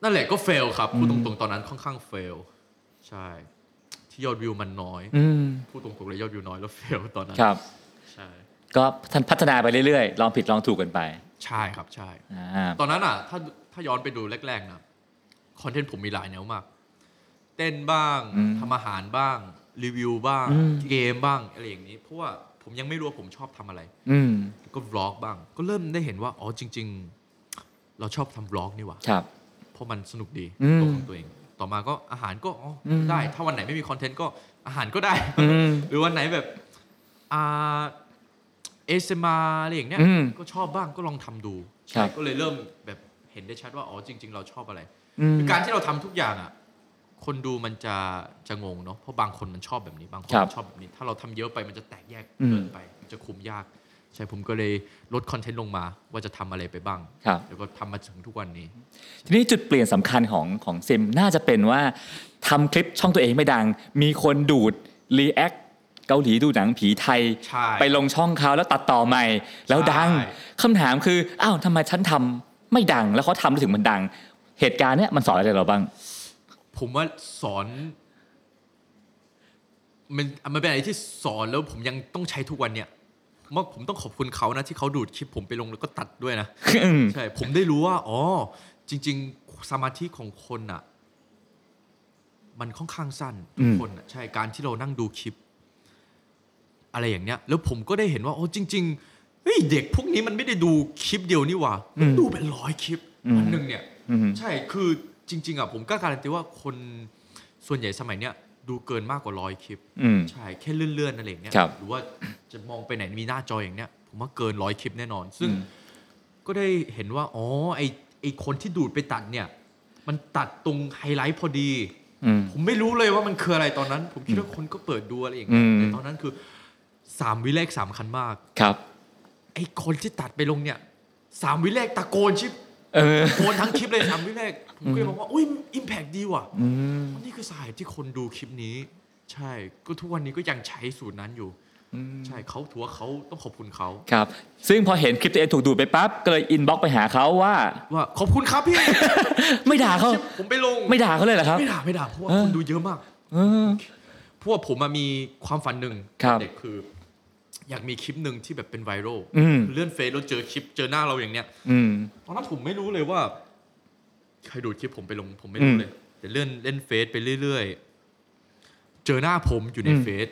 [SPEAKER 1] นั่นแหละก็เฟลครับ พูดตรงๆตอนนั้นค่อนข้างเฟล ใช่ ที่ยอดวิวมันน้อย
[SPEAKER 3] อืม
[SPEAKER 1] พูดตรงๆเลยยอดวิวน้อยแล้วเฟ ลตอนนั้น
[SPEAKER 3] ครับ
[SPEAKER 1] ใช่
[SPEAKER 3] ก็พัฒนาไปเรื่อยๆ ลองผิดลองถูกกันไป
[SPEAKER 1] ใช่ครับใช่
[SPEAKER 3] อ่า
[SPEAKER 1] ตอนนั้นอ่ะ ถ้าถ้าย้อนไปดูแรกๆนะคอนเทนต์ผมมีหลายแนวมาก เต้นบ้างทำอาหารบ้าง รีวิวบ้าง เกมบ้างอะไรอย่างนี้ เพราะว่าผมยังไม่รู้ว่าผมชอบทำอะไร
[SPEAKER 3] อืม
[SPEAKER 1] ก็บล็อกบ้าง ก็เริ่มได้เห็นว่า อ๋อจริง ๆ เราชอบทำบล็อกนี่หว่า
[SPEAKER 3] ครับ
[SPEAKER 1] เพราะมันสนุกดี
[SPEAKER 3] อืม
[SPEAKER 1] ตัวของตัวเอง ต่อมาก็อาหารก็อ๋ออ
[SPEAKER 3] ม
[SPEAKER 1] ได้ ถ้าวันไหนไม่มีคอนเทนต์ก็อาหารก็ได้
[SPEAKER 3] อืม
[SPEAKER 1] หรือวันไหนแบบอ่าเอสมาอะไรอย่างเนี้ย
[SPEAKER 3] อืม
[SPEAKER 1] ก็ชอบบ้างก็ลองทำดู
[SPEAKER 3] ครับ
[SPEAKER 1] ก็เลยเริ่มแบบเห็นได้ชัดว่าอ๋อจริง ๆ เราชอบอะไร
[SPEAKER 3] อืม
[SPEAKER 1] คือการที่เราทำทุกอย่างอ่ะ คนดูมันจะจะงงเนาะเพราะบางคนมันชอบแบบนี้ บางคน
[SPEAKER 3] ครับ
[SPEAKER 1] มันชอบแบบนี้ ถ้าเราทำเยอะไปมันจะแตกแยก
[SPEAKER 3] อืม
[SPEAKER 1] เกินไปมันจะคุมยาก ใช่ผมก็เลยลดคอนเทนต์ลงมาว่าจะทำอะไรไปบ้าง
[SPEAKER 3] ครับ
[SPEAKER 1] แล้วก็ทำมาถึงทุกวันนี้
[SPEAKER 3] ทีนี้จุดเปลี่ยนสำคัญของของซิมน่าจะเป็นว่าทำคลิปช่องตัวเองไม่ดัง มีคนดูดรีแอคเกาหลีดูหนังผีไทย
[SPEAKER 1] ใช่
[SPEAKER 3] ไปลงช่องเขาแล้วตัดต่อใหม่ แล้วดัง
[SPEAKER 1] ใช่
[SPEAKER 3] คำถามคืออ้าวทำไมฉันทำไม่ดังแล้วเขาทำแล้วถึงมันดัง เหตุการณ์เนี้ยมันสอนอะไรเราบ้าง
[SPEAKER 1] ผมว่าสอนมันมันเป็นอะไรที่สอนแล้วผมยังต้องใช้ทุกวันเนี่ยผมว่าผมต้องขอบคุณเขานะที่เขาดูดคลิปผมไปลงแล้วก็ตัดด้วยนะ
[SPEAKER 3] อืม
[SPEAKER 1] ใช่ ผมได้รู้ว่า อ๋อ จริง ๆ สมาธิของคนอ่ะ มันค่อนข้างสั้นทุกคนอ่ะ ใช่ การที่เรานั่งดูคลิป อะไรอย่างเนี้ย แล้วผมก็ได้เห็นว่า โอ้ จริง ๆ เฮ้ย เด็กพวกนี้มันไม่ได้ดูคลิปเดียวนี่หว่ามันดูเป็นร้อยคลิปวันหนึ่งเนี่ย
[SPEAKER 3] อืม
[SPEAKER 1] ใช่ คือจริง ๆ อ่ะ ผมกล้าการันตีว่าคนส่วนใหญ่สมัยเนี้ยดูเกินมากกว่าร้อยคลิป
[SPEAKER 3] อืม
[SPEAKER 1] ใช่ แค่เลื่อนๆอะไรอย่างเงี้ย
[SPEAKER 3] ครับ
[SPEAKER 1] หรือว่าจะมองไปไหนมีหน้าจออย่างเนี้ย ผมว่าเกินร้อยคลิปแน่นอน ซึ่ง
[SPEAKER 3] อืม
[SPEAKER 1] ก็ได้เห็นว่า อ๋อ ไอไอคนที่ดูดไปตัดเนี่ย มันตัดตรงไฮไลท์พอดี
[SPEAKER 3] อืม
[SPEAKER 1] ผมไม่รู้เลยว่ามันคืออะไรตอนนั้น ผมคิดว่าคนก็เปิดดูอะไรอย่างเงี้ย
[SPEAKER 3] อืม
[SPEAKER 1] แต่ตอนนั้นคือสามวิแรกสำคัญมาก
[SPEAKER 3] ครับ
[SPEAKER 1] ไอคนที่ตัดไปลงเนี่ยสามวิแรกตะโกนชิบ
[SPEAKER 3] เออ
[SPEAKER 1] ตะโกนทั้งคลิปเลยสามวิแรก ผมก็เลยมองว่า อุ้ยอิมแพกดีว่ะ
[SPEAKER 3] อืม
[SPEAKER 1] นี่คือสาเหตุที่คนดูคลิปนี้ ใช่ ก็ทุกวันนี้ก็ยังใช้สูตรนั้นอยู่ ใช่เขาถือว่าเขาต้องขอบคุณเขา
[SPEAKER 3] ครับ ซึ่งพอเห็นคลิปตัวเองถูกดูดไปปั๊บ ก็เลยอินบ็อกไปหาเขาว่า
[SPEAKER 1] ว่าขอบคุณครับพี่
[SPEAKER 3] ไม่ด่าเขา
[SPEAKER 1] ผมไปลง
[SPEAKER 3] ไม่ด่าเขาเลยเหรอครับ
[SPEAKER 1] ไม่ด่าไม่ด่าเพราะว่า
[SPEAKER 3] เออ
[SPEAKER 1] คนดูเยอะมาก
[SPEAKER 3] เออ
[SPEAKER 1] เพราะว่าผมมามีความฝันหนึ่ง
[SPEAKER 3] ครับ
[SPEAKER 1] เด็กคือ อยากมีคลิปหนึ่งที่แบบเป็นไวรัล
[SPEAKER 3] อืม
[SPEAKER 1] เลื่อนเฟซแล้วเจอคลิปเจอหน้าเราอย่างเนี้ย
[SPEAKER 3] อืม
[SPEAKER 1] ตอนนั้นผมไม่รู้เลยว่าใครดูดคลิปผมไปลง ผมไม่รู้เลย แต่เลื่อนเล่นเฟซไปเรื่อยๆ เจอหน้าผมอยู่ใน
[SPEAKER 3] อืม
[SPEAKER 1] เฟซ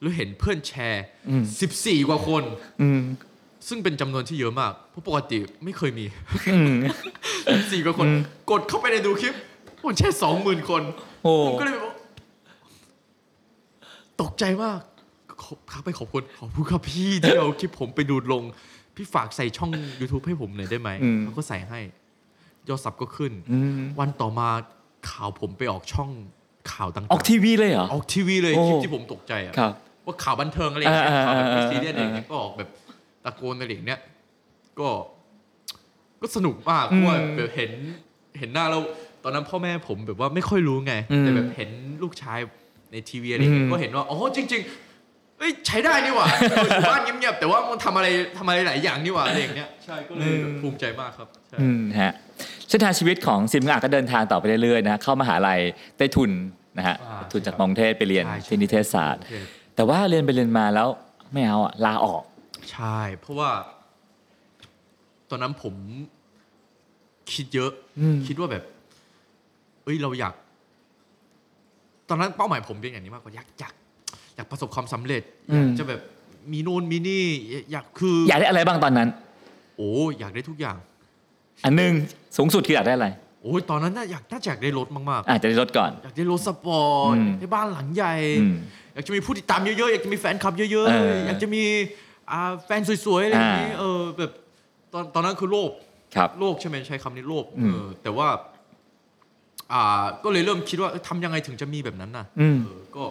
[SPEAKER 1] แล้วเห็นเพื่อนแชร์
[SPEAKER 3] อืม
[SPEAKER 1] สิบสี่กว่าคน
[SPEAKER 3] อืม
[SPEAKER 1] ซึ่งเป็นจำนวนที่เยอะมาก เพราะปกติไม่เคยมี
[SPEAKER 3] อืม
[SPEAKER 1] สี่กว่าคน กดเข้าไปในดูคลิปคนแชร์สองหมื่นคน
[SPEAKER 3] โอ้
[SPEAKER 1] ผมก็เลยแบบว่าตกใจมากขอบครับไปขอบคุณขอบคุณครับพี่ที่เอาคลิปผมไปดูดลง พี่ฝากใส่ช่อง YouTube ให้ผมหน่อยได้ไหมเขาก็ใส่ให้ ยอดซับก็ขึ้น
[SPEAKER 3] อืม
[SPEAKER 1] วันต่อมาข่าวผมไปออกช่องข่าวต่างๆ
[SPEAKER 3] ออกทีวีเลยเหรอ
[SPEAKER 1] ออกทีวีเลย
[SPEAKER 3] โอ้
[SPEAKER 1] คลิปที่ผมตกใจอะ
[SPEAKER 3] ครับ
[SPEAKER 1] ว่าข่าวบันเทิงอะไรอย่างเงี้ย
[SPEAKER 3] อ่า
[SPEAKER 1] ข่าวแบบไม่
[SPEAKER 3] อ่า
[SPEAKER 1] ซีเรียสอะไรอย่างเงี้ยก็ออกแบบตะโกนอะไรอย่างเงี้ยก็ก็สนุกมากเพราะว่า
[SPEAKER 3] อืม
[SPEAKER 1] แบบเห็นเห็นหน้าแล้วตอนนั้นพ่อแม่ผมแบบว่าไม่ค่อยรู้ไง
[SPEAKER 3] อืม
[SPEAKER 1] แต่แบบเห็นลูกชายในทีวีอะไรอย่างเงี้
[SPEAKER 3] อื
[SPEAKER 1] ย
[SPEAKER 3] ม
[SPEAKER 1] ก็เห็นว่าอ๋อจริง ๆเอ้ยใช้ได้นี่หว่าอยู่บ้านเงียบๆแต่ว่ามันทำอะไรทำอะไรหลายอย่างนี่หว่าอะไรอย่างเงี้ยใช่ก็เลยแบบภูมิใจมากครับใช่
[SPEAKER 3] อืมฮะเส้นทางชีวิตของซิมก็อาจก็เดินทางต่อไปเรื่อยๆนะเข้ามหาลัยได้ทุนนะฮะ
[SPEAKER 1] อ่า
[SPEAKER 3] ทุนจากมองเทศไปเรียน
[SPEAKER 1] ใช่
[SPEAKER 3] ที่นิเทศศาสตร์
[SPEAKER 1] โอเค
[SPEAKER 3] แต่ว่าเรียนไปเรียนมาแล้วไม่เอาอะลาออก
[SPEAKER 1] ใช่ เพราะว่า ตอนนั้นผมคิดเยอะ คิดว่าแบบ เอ้ยเราอยาก ตอนนั้นเป้าหมายผมเป็นอย่างนี้มากกว่าอยากอยากอยากประสบความสำเร็จ
[SPEAKER 3] อืม
[SPEAKER 1] อยากจะแบบมีโน่นมีนี่อยากคือ
[SPEAKER 3] อยากได้อะไรบ้างตอนนั้น
[SPEAKER 1] โอ้อยากได้ทุกอย่าง
[SPEAKER 3] อันหนึ่งสูงสุดคืออยากได้อะไร
[SPEAKER 1] โอ้ยตอนนั้นน่าอยากน่าจะอยากได้รถมาก
[SPEAKER 3] อาจจะได้รถก่อน
[SPEAKER 1] ๆ อยากได้รถสปอร์ต
[SPEAKER 3] อืม
[SPEAKER 1] ได้บ้านหลังใหญ่
[SPEAKER 3] อืม
[SPEAKER 1] อยากจะมีผู้ติดตามเยอะๆ อยากจะมีแฟนคลับเยอะ
[SPEAKER 3] เออ
[SPEAKER 1] ๆ
[SPEAKER 3] อ
[SPEAKER 1] อยากจะมีอ่าแฟนสวยๆ อะไรอย่างนี้
[SPEAKER 3] อ่า
[SPEAKER 1] เออแบบตอนตอนนั้นคือโลภ
[SPEAKER 3] ครับ
[SPEAKER 1] โลภใช่ไหมใช้คำนี้โลภ
[SPEAKER 3] อืม
[SPEAKER 1] เออแต่ว่า อ่า ก็เลยเริ่มคิดว่าเอ้ยทำยังไงถึงจะมีแบบนั้นน่ะ
[SPEAKER 3] อืม
[SPEAKER 1] เออก็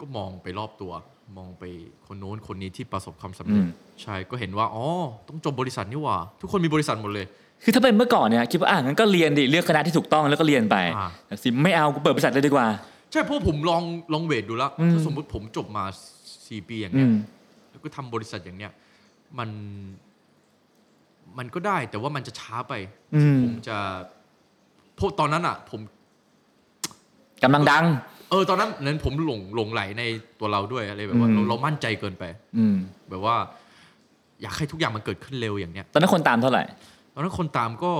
[SPEAKER 1] ก็มองไปรอบตัว มองไปคนโน้นคนนี้ที่ประสบความสำเร็จ
[SPEAKER 3] อืม
[SPEAKER 1] ใช่ก็เห็นว่าอ๋อต้องจบบริษัทนี่หว่า ทุกคนมีบริษัทหมดเลย
[SPEAKER 3] คือถ้าเป็นเมื่อก่อนเนี่ยคิดว่าอ่ะงั้นก็เรียนดิเลือกคณะที่ถูกต้องแล้วก็เรียนไป
[SPEAKER 1] อ่า
[SPEAKER 3] แต่สิไม่เอากูเปิดบริษัทเลยดีกว่า
[SPEAKER 1] ใช่เพราะผมลองลองเวทดูแล้ว
[SPEAKER 3] อืม
[SPEAKER 1] ถ้าสมมุติผมจบมาสี่ปีอย่าง
[SPEAKER 3] อื
[SPEAKER 1] เนี้ย
[SPEAKER 3] ม
[SPEAKER 1] แล้วก็ทำบริษัทอย่างเนี้ยมันมันก็ได้แต่ว่ามันจะช้าไป
[SPEAKER 3] อืม
[SPEAKER 1] ผมจะพตอนนั้นอ่ะ ผม
[SPEAKER 3] กำลังดัง
[SPEAKER 1] เออตอนนั้นนั้นผมหลงหลงไหลในตัวเราด้วยอะไรแบบว่า
[SPEAKER 3] อืม
[SPEAKER 1] เราเรามั่นใจเกินไป
[SPEAKER 3] อืม
[SPEAKER 1] แบบว่า อยากให้ทุกอย่างมันเกิดขึ้นเร็วอย่างเนี้ย
[SPEAKER 3] ตอนนั้นคนตามเท่าไหร่
[SPEAKER 1] ตอนนั้นคนตามก็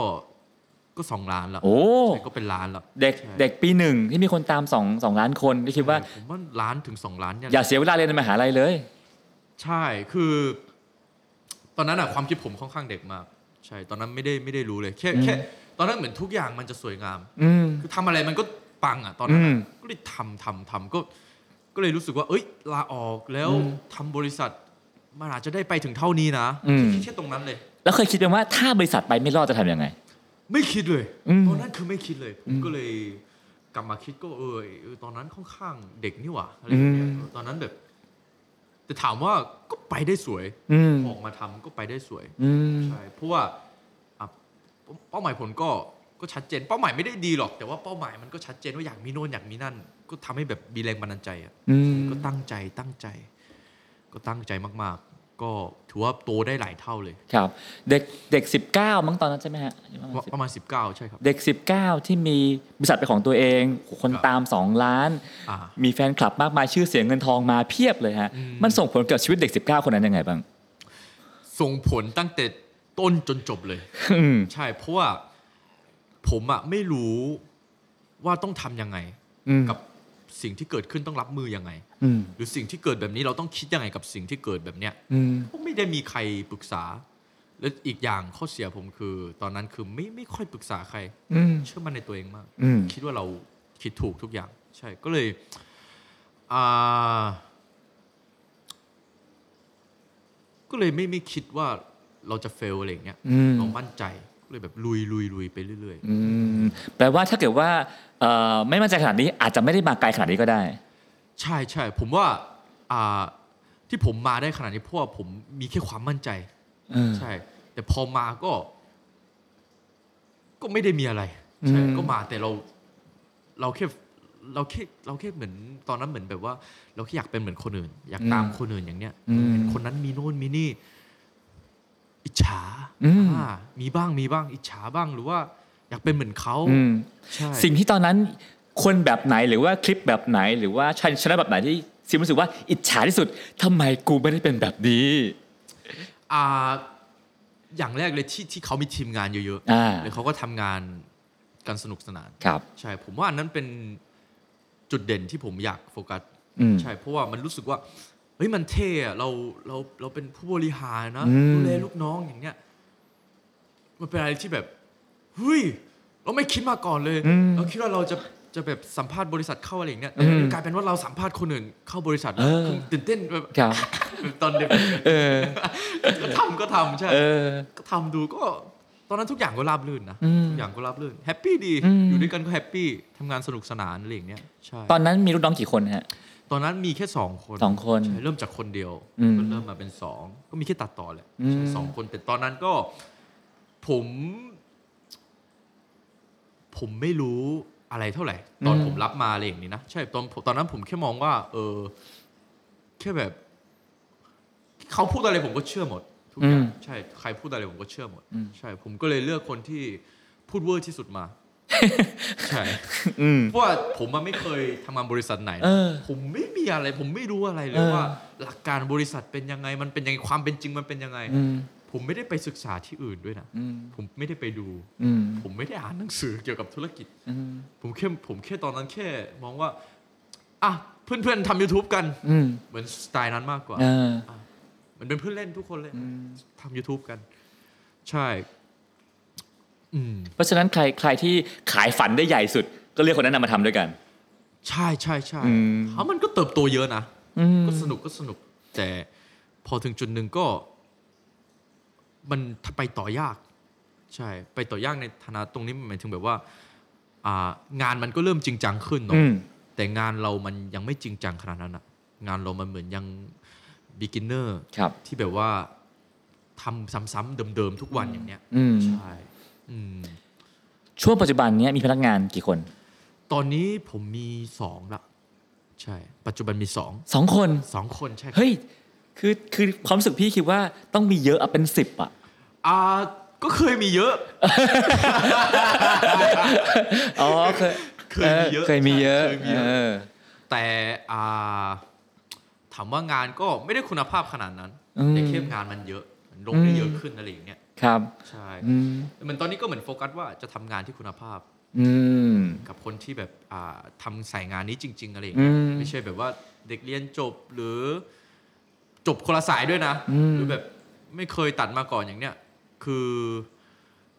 [SPEAKER 1] ก็สองล้านละ
[SPEAKER 3] โอ้
[SPEAKER 1] ใช่ก็เป็นล้านละ
[SPEAKER 3] เด็ก
[SPEAKER 1] ใช่
[SPEAKER 3] เด็กปีหนึ่งที่มีคนตามสองสองล้านคนที่คิดว่า
[SPEAKER 1] ผมว่าล้านถึงสองล้านเนี่ย
[SPEAKER 3] อย่าเสียเวลาเรียนในมหาลัยเลย
[SPEAKER 1] ใช่คือ ตอนนั้นอะความคิดผมค่อนข้างเด็กมากใช่ ตอนนั้นไม่ได้ไม่ได้รู้เลยแค่แค่ตอนนั้นเหมือนทุกอย่างมันจะสวยงาม
[SPEAKER 3] อืม
[SPEAKER 1] คือทำอะไรมันก็ปังอ่ะตอนนั้น
[SPEAKER 3] อื
[SPEAKER 1] อะ
[SPEAKER 3] ม
[SPEAKER 1] ก็เลยทำทำทำก็ ก็เลยรู้สึกว่า เอ้ยลาออกแล้ว
[SPEAKER 3] อืม
[SPEAKER 1] ทำบริษัทมันอาจจะได้ไปถึงเท่านี้นะ
[SPEAKER 3] อืม
[SPEAKER 1] คิดแค่ตรงนั้นเลย
[SPEAKER 3] แล้วเคยคิดไหมว่าถ้าบริษัทไปไม่รอดจะทำยังไง
[SPEAKER 1] ไม่คิดเลย
[SPEAKER 3] อืม
[SPEAKER 1] ตอนนั้นคือไม่คิดเลย ผ
[SPEAKER 3] อื
[SPEAKER 1] ม
[SPEAKER 3] ม
[SPEAKER 1] ก็เลยกลับมาคิดก็เออเออตอนนั้นค่อนข้างเด็กนี่หว่าอะไรอย่างเงี้ย
[SPEAKER 3] อืม
[SPEAKER 1] เออตอนนั้นแบบแต่ถามว่าก็ไปได้สวย
[SPEAKER 3] อืม
[SPEAKER 1] ออกมาทำก็ไปได้สวย
[SPEAKER 3] อืม
[SPEAKER 1] ใช่เพราะว่าอ่ะเป้าหมายผลก็ก็ชัดเจน เป้าหมายไม่ได้ดีหรอกแต่ว่าเป้าหมายมันก็ชัดเจนว่าอยากมีโน่นอยากมีนั่น ก็ทำให้แบบมีแรงบันดาลใจอ่ะ
[SPEAKER 3] อืม
[SPEAKER 1] ก็ตั้งใจตั้งใจ ก็ตั้งใจมากๆ ก็ถือว่าโตได้หลายเท่าเลย
[SPEAKER 3] ครับ เด็กเด็กสิบเก้ามั้งตอนนั้นใช่ไหมฮะ
[SPEAKER 1] ประมาณ 19 ใช่ครับ
[SPEAKER 3] เด็ก 19 ที่มีบริษัทเป็นของตัวเอง คน
[SPEAKER 1] ครับ
[SPEAKER 3] ตาม 2 ล้าน
[SPEAKER 1] อ่า
[SPEAKER 3] มีแฟนคลับมากมายชื่อเสียงเงินทองมาเพียบเลยฮะ
[SPEAKER 1] อืม
[SPEAKER 3] มันส่งผลกับชีวิตเด็ก 19 คนนั้นยังไงบ้าง
[SPEAKER 1] ส่งผลตั้งแต่ต้นจนจบเลย
[SPEAKER 3] อืม
[SPEAKER 1] ใช่เพราะว่าผมอ่ะไม่รู้ว่าต้องทำยังไง
[SPEAKER 3] อืม
[SPEAKER 1] กับสิ่งที่เกิดขึ้นต้องรับมือยังไง
[SPEAKER 3] อืม
[SPEAKER 1] หรือสิ่งที่เกิดแบบนี้เราต้องคิดยังไงกับสิ่งที่เกิดแบบเนี้ย
[SPEAKER 3] อืม
[SPEAKER 1] ก็ไม่ได้มีใครปรึกษา และอีกอย่างข้อเสียผมคือ ตอนนั้นคือไม่ไม่ค่อยปรึกษาใคร
[SPEAKER 3] อืม
[SPEAKER 1] เชื่อมั่นในตัวเองมาก
[SPEAKER 3] อืม
[SPEAKER 1] คิดว่าเราคิดถูกทุกอย่าง ใช่ก็เลยอ่าก็เลยไม่ไม่คิดว่าเราจะเฟลอะไรอย่างเงี้ย
[SPEAKER 3] อืม
[SPEAKER 1] เรามั่นใจก็เลยแบบลุยลุยลุยไปเรื่อย
[SPEAKER 3] อืม แปลว่าถ้าเกิดว่าเอ่อไม่มั่นใจขนาดนี้อาจจะไม่ได้มาไกลขนาดนี้ก็ได้
[SPEAKER 1] ๆ ใช่ใช่ผมว่าอ่าที่ผมมาได้ขนาดนี้เพราะว่าผมมีแค่ความมั่นใจ
[SPEAKER 3] เออ
[SPEAKER 1] ใช่ แต่พอมาก็ ก็ไม่ได้มีอะไร ใช่
[SPEAKER 3] อืม
[SPEAKER 1] ก็มาแต่เรา เราแค่เราแค่เราแค่เหมือนตอนนั้นเหมือนแบบว่า เราแค่อยากเป็นเหมือนคนอื่น อยากตามคนอื่นอย่างเนี้ย
[SPEAKER 3] อืม
[SPEAKER 1] คนนั้นมีโน่นมีนี่ อิจฉา
[SPEAKER 3] อืม
[SPEAKER 1] อ่ามีบ้างมีบ้าง อิจฉาบ้างหรือว่า อยากเป็นเหมือนเขา
[SPEAKER 3] อืม
[SPEAKER 1] ใช่
[SPEAKER 3] สิ่งที่ตอนนั้นคนแบบไหนหรือว่าคลิปแบบไหน หรือว่าชันชนะแบบไหนที่ซิมรู้สึกว่าอิจฉาที่สุดทำไมกูไม่ได้เป็นแบบนี้
[SPEAKER 1] อ่า อย่างแรกเลยที่ที่เขามีทีมงานเยอะ
[SPEAKER 3] อ่า
[SPEAKER 1] ๆแล้วเขาก็ทำงานกันสนุกสนาน
[SPEAKER 3] ครับ
[SPEAKER 1] ใช่ ผมว่าอันนั้นเป็นจุดเด่นที่ผมอยากโฟกัส
[SPEAKER 3] อืม
[SPEAKER 1] ใช่เพราะว่ามันรู้สึกว่าเฮ้ยมันเท่อะเราเราเราเป็นผู้บริหารนะ
[SPEAKER 3] อืม
[SPEAKER 1] ดูแลลูกน้องอย่างเงี้ยมันเป็นอะไรที่แบบเฮ้ยเราไม่คิดมาก่อนเลย เราคิดว่าเราจะจะแบบสัมภาษณ์บริษัทเข้าอะไรอย่างเงี้ยแต่มันกลายเป็นว่าเราสัมภาษณ์คนอื่นเข้าบริษัทแล้วคือตื่นเต้นแบบ
[SPEAKER 3] ครับ
[SPEAKER 1] ตอนเด็ก
[SPEAKER 3] เออ
[SPEAKER 1] ก็ ทำก็ทำใช่
[SPEAKER 3] เออ
[SPEAKER 1] ก็ทำดูก็ตอนนั้นทุกอย่างก็ราบรื่นนะ
[SPEAKER 3] อืม
[SPEAKER 1] ทุกอย่างก็ราบรื่นแฮปปี้ดี
[SPEAKER 3] อืม
[SPEAKER 1] อยู่ด้วยกันก็แฮปปี้ทำงานสนุกสนานอะไรอย่างเงี้ยใช่
[SPEAKER 3] ตอนนั้นมีลูกน้องกี่คนฮะ
[SPEAKER 1] ตอนนั้นมีแค่สองคน
[SPEAKER 3] สองคน
[SPEAKER 1] ใช่เริ่มจากคนเดียว
[SPEAKER 3] อืม
[SPEAKER 1] ก็เริ่มมาเป็นสองก็มีแค่ตัดต่อแหละ
[SPEAKER 3] อืม
[SPEAKER 1] ใช่สองคนแต่ตอนนั้นก็ ผม ผมไม่รู้อะไรเท่าไหร่ ตอนผมรับมาอะไรอย่างนี้นะใช่ตอนตอนนั้นผมแค่มองว่า เออ แค่แบบ เขาพูดอะไรผมก็เชื่อหมด ทุกอย่าง
[SPEAKER 3] อืม
[SPEAKER 1] ใช่ ใครพูดอะไรผมก็เชื่อหมด
[SPEAKER 3] อืม
[SPEAKER 1] ใช่ ผมก็เลยเลือกคนที่พูดเวอร์ที่สุดมา ใช่
[SPEAKER 3] อืม
[SPEAKER 1] เพราะว่าผมมันไม่เคยทำงานบริษัทไหนนะ
[SPEAKER 3] เออ
[SPEAKER 1] ผมไม่มีอะไร ผมไม่รู้อะไรเล
[SPEAKER 3] เอย อ
[SPEAKER 1] ว่า หลักการบริษัทเป็นยังไง มันเป็นยังไงความเป็นจริงมันเป็นยังไง
[SPEAKER 3] อืม
[SPEAKER 1] ผมไม่ได้ไปศึกษาที่อื่นด้วยนะ
[SPEAKER 3] อืม
[SPEAKER 1] ผมไม่ได้ไปดู
[SPEAKER 3] อืม
[SPEAKER 1] ผมไม่ได้อ่านหนังสือเกี่ยวกับธุรกิจ
[SPEAKER 3] อืม
[SPEAKER 1] ผมแค่ผมแค่ตอนนั้นแค่มองว่าอ่ะเพื่อนๆทำ YouTube กัน
[SPEAKER 3] อืม
[SPEAKER 1] เหมือนสไตล์นั้นมากกว่า
[SPEAKER 3] เออ
[SPEAKER 1] มันเป็นเพื่อนเล่นทุกคนเลย
[SPEAKER 3] อืม
[SPEAKER 1] ทำ YouTube กัน ใช่อืม
[SPEAKER 3] เพราะฉะนั้นใครใครที่ขายฝันได้ใหญ่สุด ก็เรียกคนนั้นนะมาทำด้วยกัน
[SPEAKER 1] ใช่ใช่ใช่
[SPEAKER 3] อืม
[SPEAKER 1] เขามันก็เติบโตเยอะนะ
[SPEAKER 3] อืม
[SPEAKER 1] ก็สนุกก็สนุก แต่พอถึงจุดหนึ่งก็ มันไปต่อยาก ใช่ ไปต่อยากในฐานะตรงนี้หมายถึงแบบว่า อ่างานมันก็เริ่มจริงจังขึ้น
[SPEAKER 3] อื
[SPEAKER 1] เนาะ
[SPEAKER 3] ม
[SPEAKER 1] แต่งานเรามันยังไม่จริงจังขนาดนั้นอะงานเรามันเหมือนยัง beginner
[SPEAKER 3] ครับ
[SPEAKER 1] ที่แบบว่าทำซ้ำๆเดิมๆทุกวันอย่างเนี้ย
[SPEAKER 3] อืม
[SPEAKER 1] ใช่อืม
[SPEAKER 3] ช่วงปัจจุบันเนี้ยมีพนักงานกี่คน
[SPEAKER 1] ตอนนี้ผมมีสองละใช่ ปัจจุบันมีสอง
[SPEAKER 3] สองคน
[SPEAKER 1] สองคนใช่ครับ
[SPEAKER 3] เฮ้ยคือคือความรู้สึกพี่คิดว่าต้องมีเยอะอะเป็นสิบอ่ะ
[SPEAKER 1] อ่าก็เคยมีเยอะ
[SPEAKER 3] อ๋อเคย
[SPEAKER 1] เคยมีเยอะ
[SPEAKER 3] เค
[SPEAKER 1] เคย
[SPEAKER 3] ยมีเยอะ
[SPEAKER 1] มีเยอะ
[SPEAKER 3] เออ
[SPEAKER 1] แต่อ่าถามว่างานก็ไม่ได้คุณภาพขนาดนั้น
[SPEAKER 3] อืม
[SPEAKER 1] แต่เข้มงานมันเยอะมันลงได้
[SPEAKER 3] อืม
[SPEAKER 1] เยอะขึ้นอะไรอย่างเงี้ย
[SPEAKER 3] ครับ
[SPEAKER 1] ใช่
[SPEAKER 3] อืม
[SPEAKER 1] แต่เหมือนตอนนี้ก็เหมือนโฟกัสว่าจะทำงานที่คุณภาพ
[SPEAKER 3] อืม
[SPEAKER 1] กับคนที่แบบอ่าทำสายงานนี้จริง ๆ อะไรอย่าง
[SPEAKER 3] อื
[SPEAKER 1] เงี้ย
[SPEAKER 3] ม
[SPEAKER 1] ไม่ใช่แบบว่าเด็กเรียนจบหรือจบคนละสายด้วยนะ
[SPEAKER 3] อืม
[SPEAKER 1] หรือแบบไม่เคยตัดมาก่อนอย่างเนี้ยคือ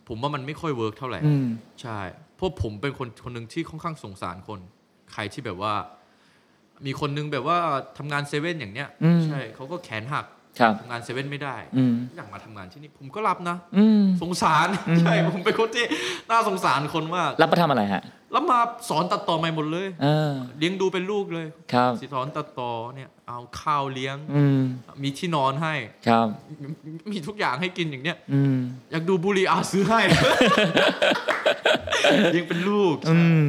[SPEAKER 1] ผมว่ามันไม่ค่อยเวิร์กเท่าไหร่
[SPEAKER 3] อืม
[SPEAKER 1] ใช่เพราะผมเป็นคนคนหนึ่งที่ค่อนข้างสงสารคน ใครที่แบบว่า มีคนหนึงแบบว่าทำงานเซเว่นอย่างเนี้ย
[SPEAKER 3] อืม
[SPEAKER 1] ใช่เขาก็แขนหัก
[SPEAKER 3] ครับ
[SPEAKER 1] ทำงานเซเว่นไม่ได้
[SPEAKER 3] อืม
[SPEAKER 1] อยากมาทำงานที่นี่ผมก็รับนะ
[SPEAKER 3] อืม
[SPEAKER 1] สงสาร
[SPEAKER 3] อืม
[SPEAKER 1] ใช่ผมเป็นคนที่น่าสงสารคนมาก
[SPEAKER 3] รับมาทำอะไรฮะ
[SPEAKER 1] แล้วมาสอนตัดต่อใหม่หมดเลย
[SPEAKER 3] เออ
[SPEAKER 1] เลี้ยงดูเป็นลูกเลย
[SPEAKER 3] ครับ
[SPEAKER 1] สอนตัดต่อเนี่ย เอาข้าวเลี้ยง
[SPEAKER 3] อืม
[SPEAKER 1] มีที่นอนให้
[SPEAKER 3] ครับ
[SPEAKER 1] มีทุกอย่างให้กินอย่างเนี้ย
[SPEAKER 3] อืม
[SPEAKER 1] อยากดูบุหรี่อาซื้อให้ เลี้ยงเป็นลูก
[SPEAKER 3] อืม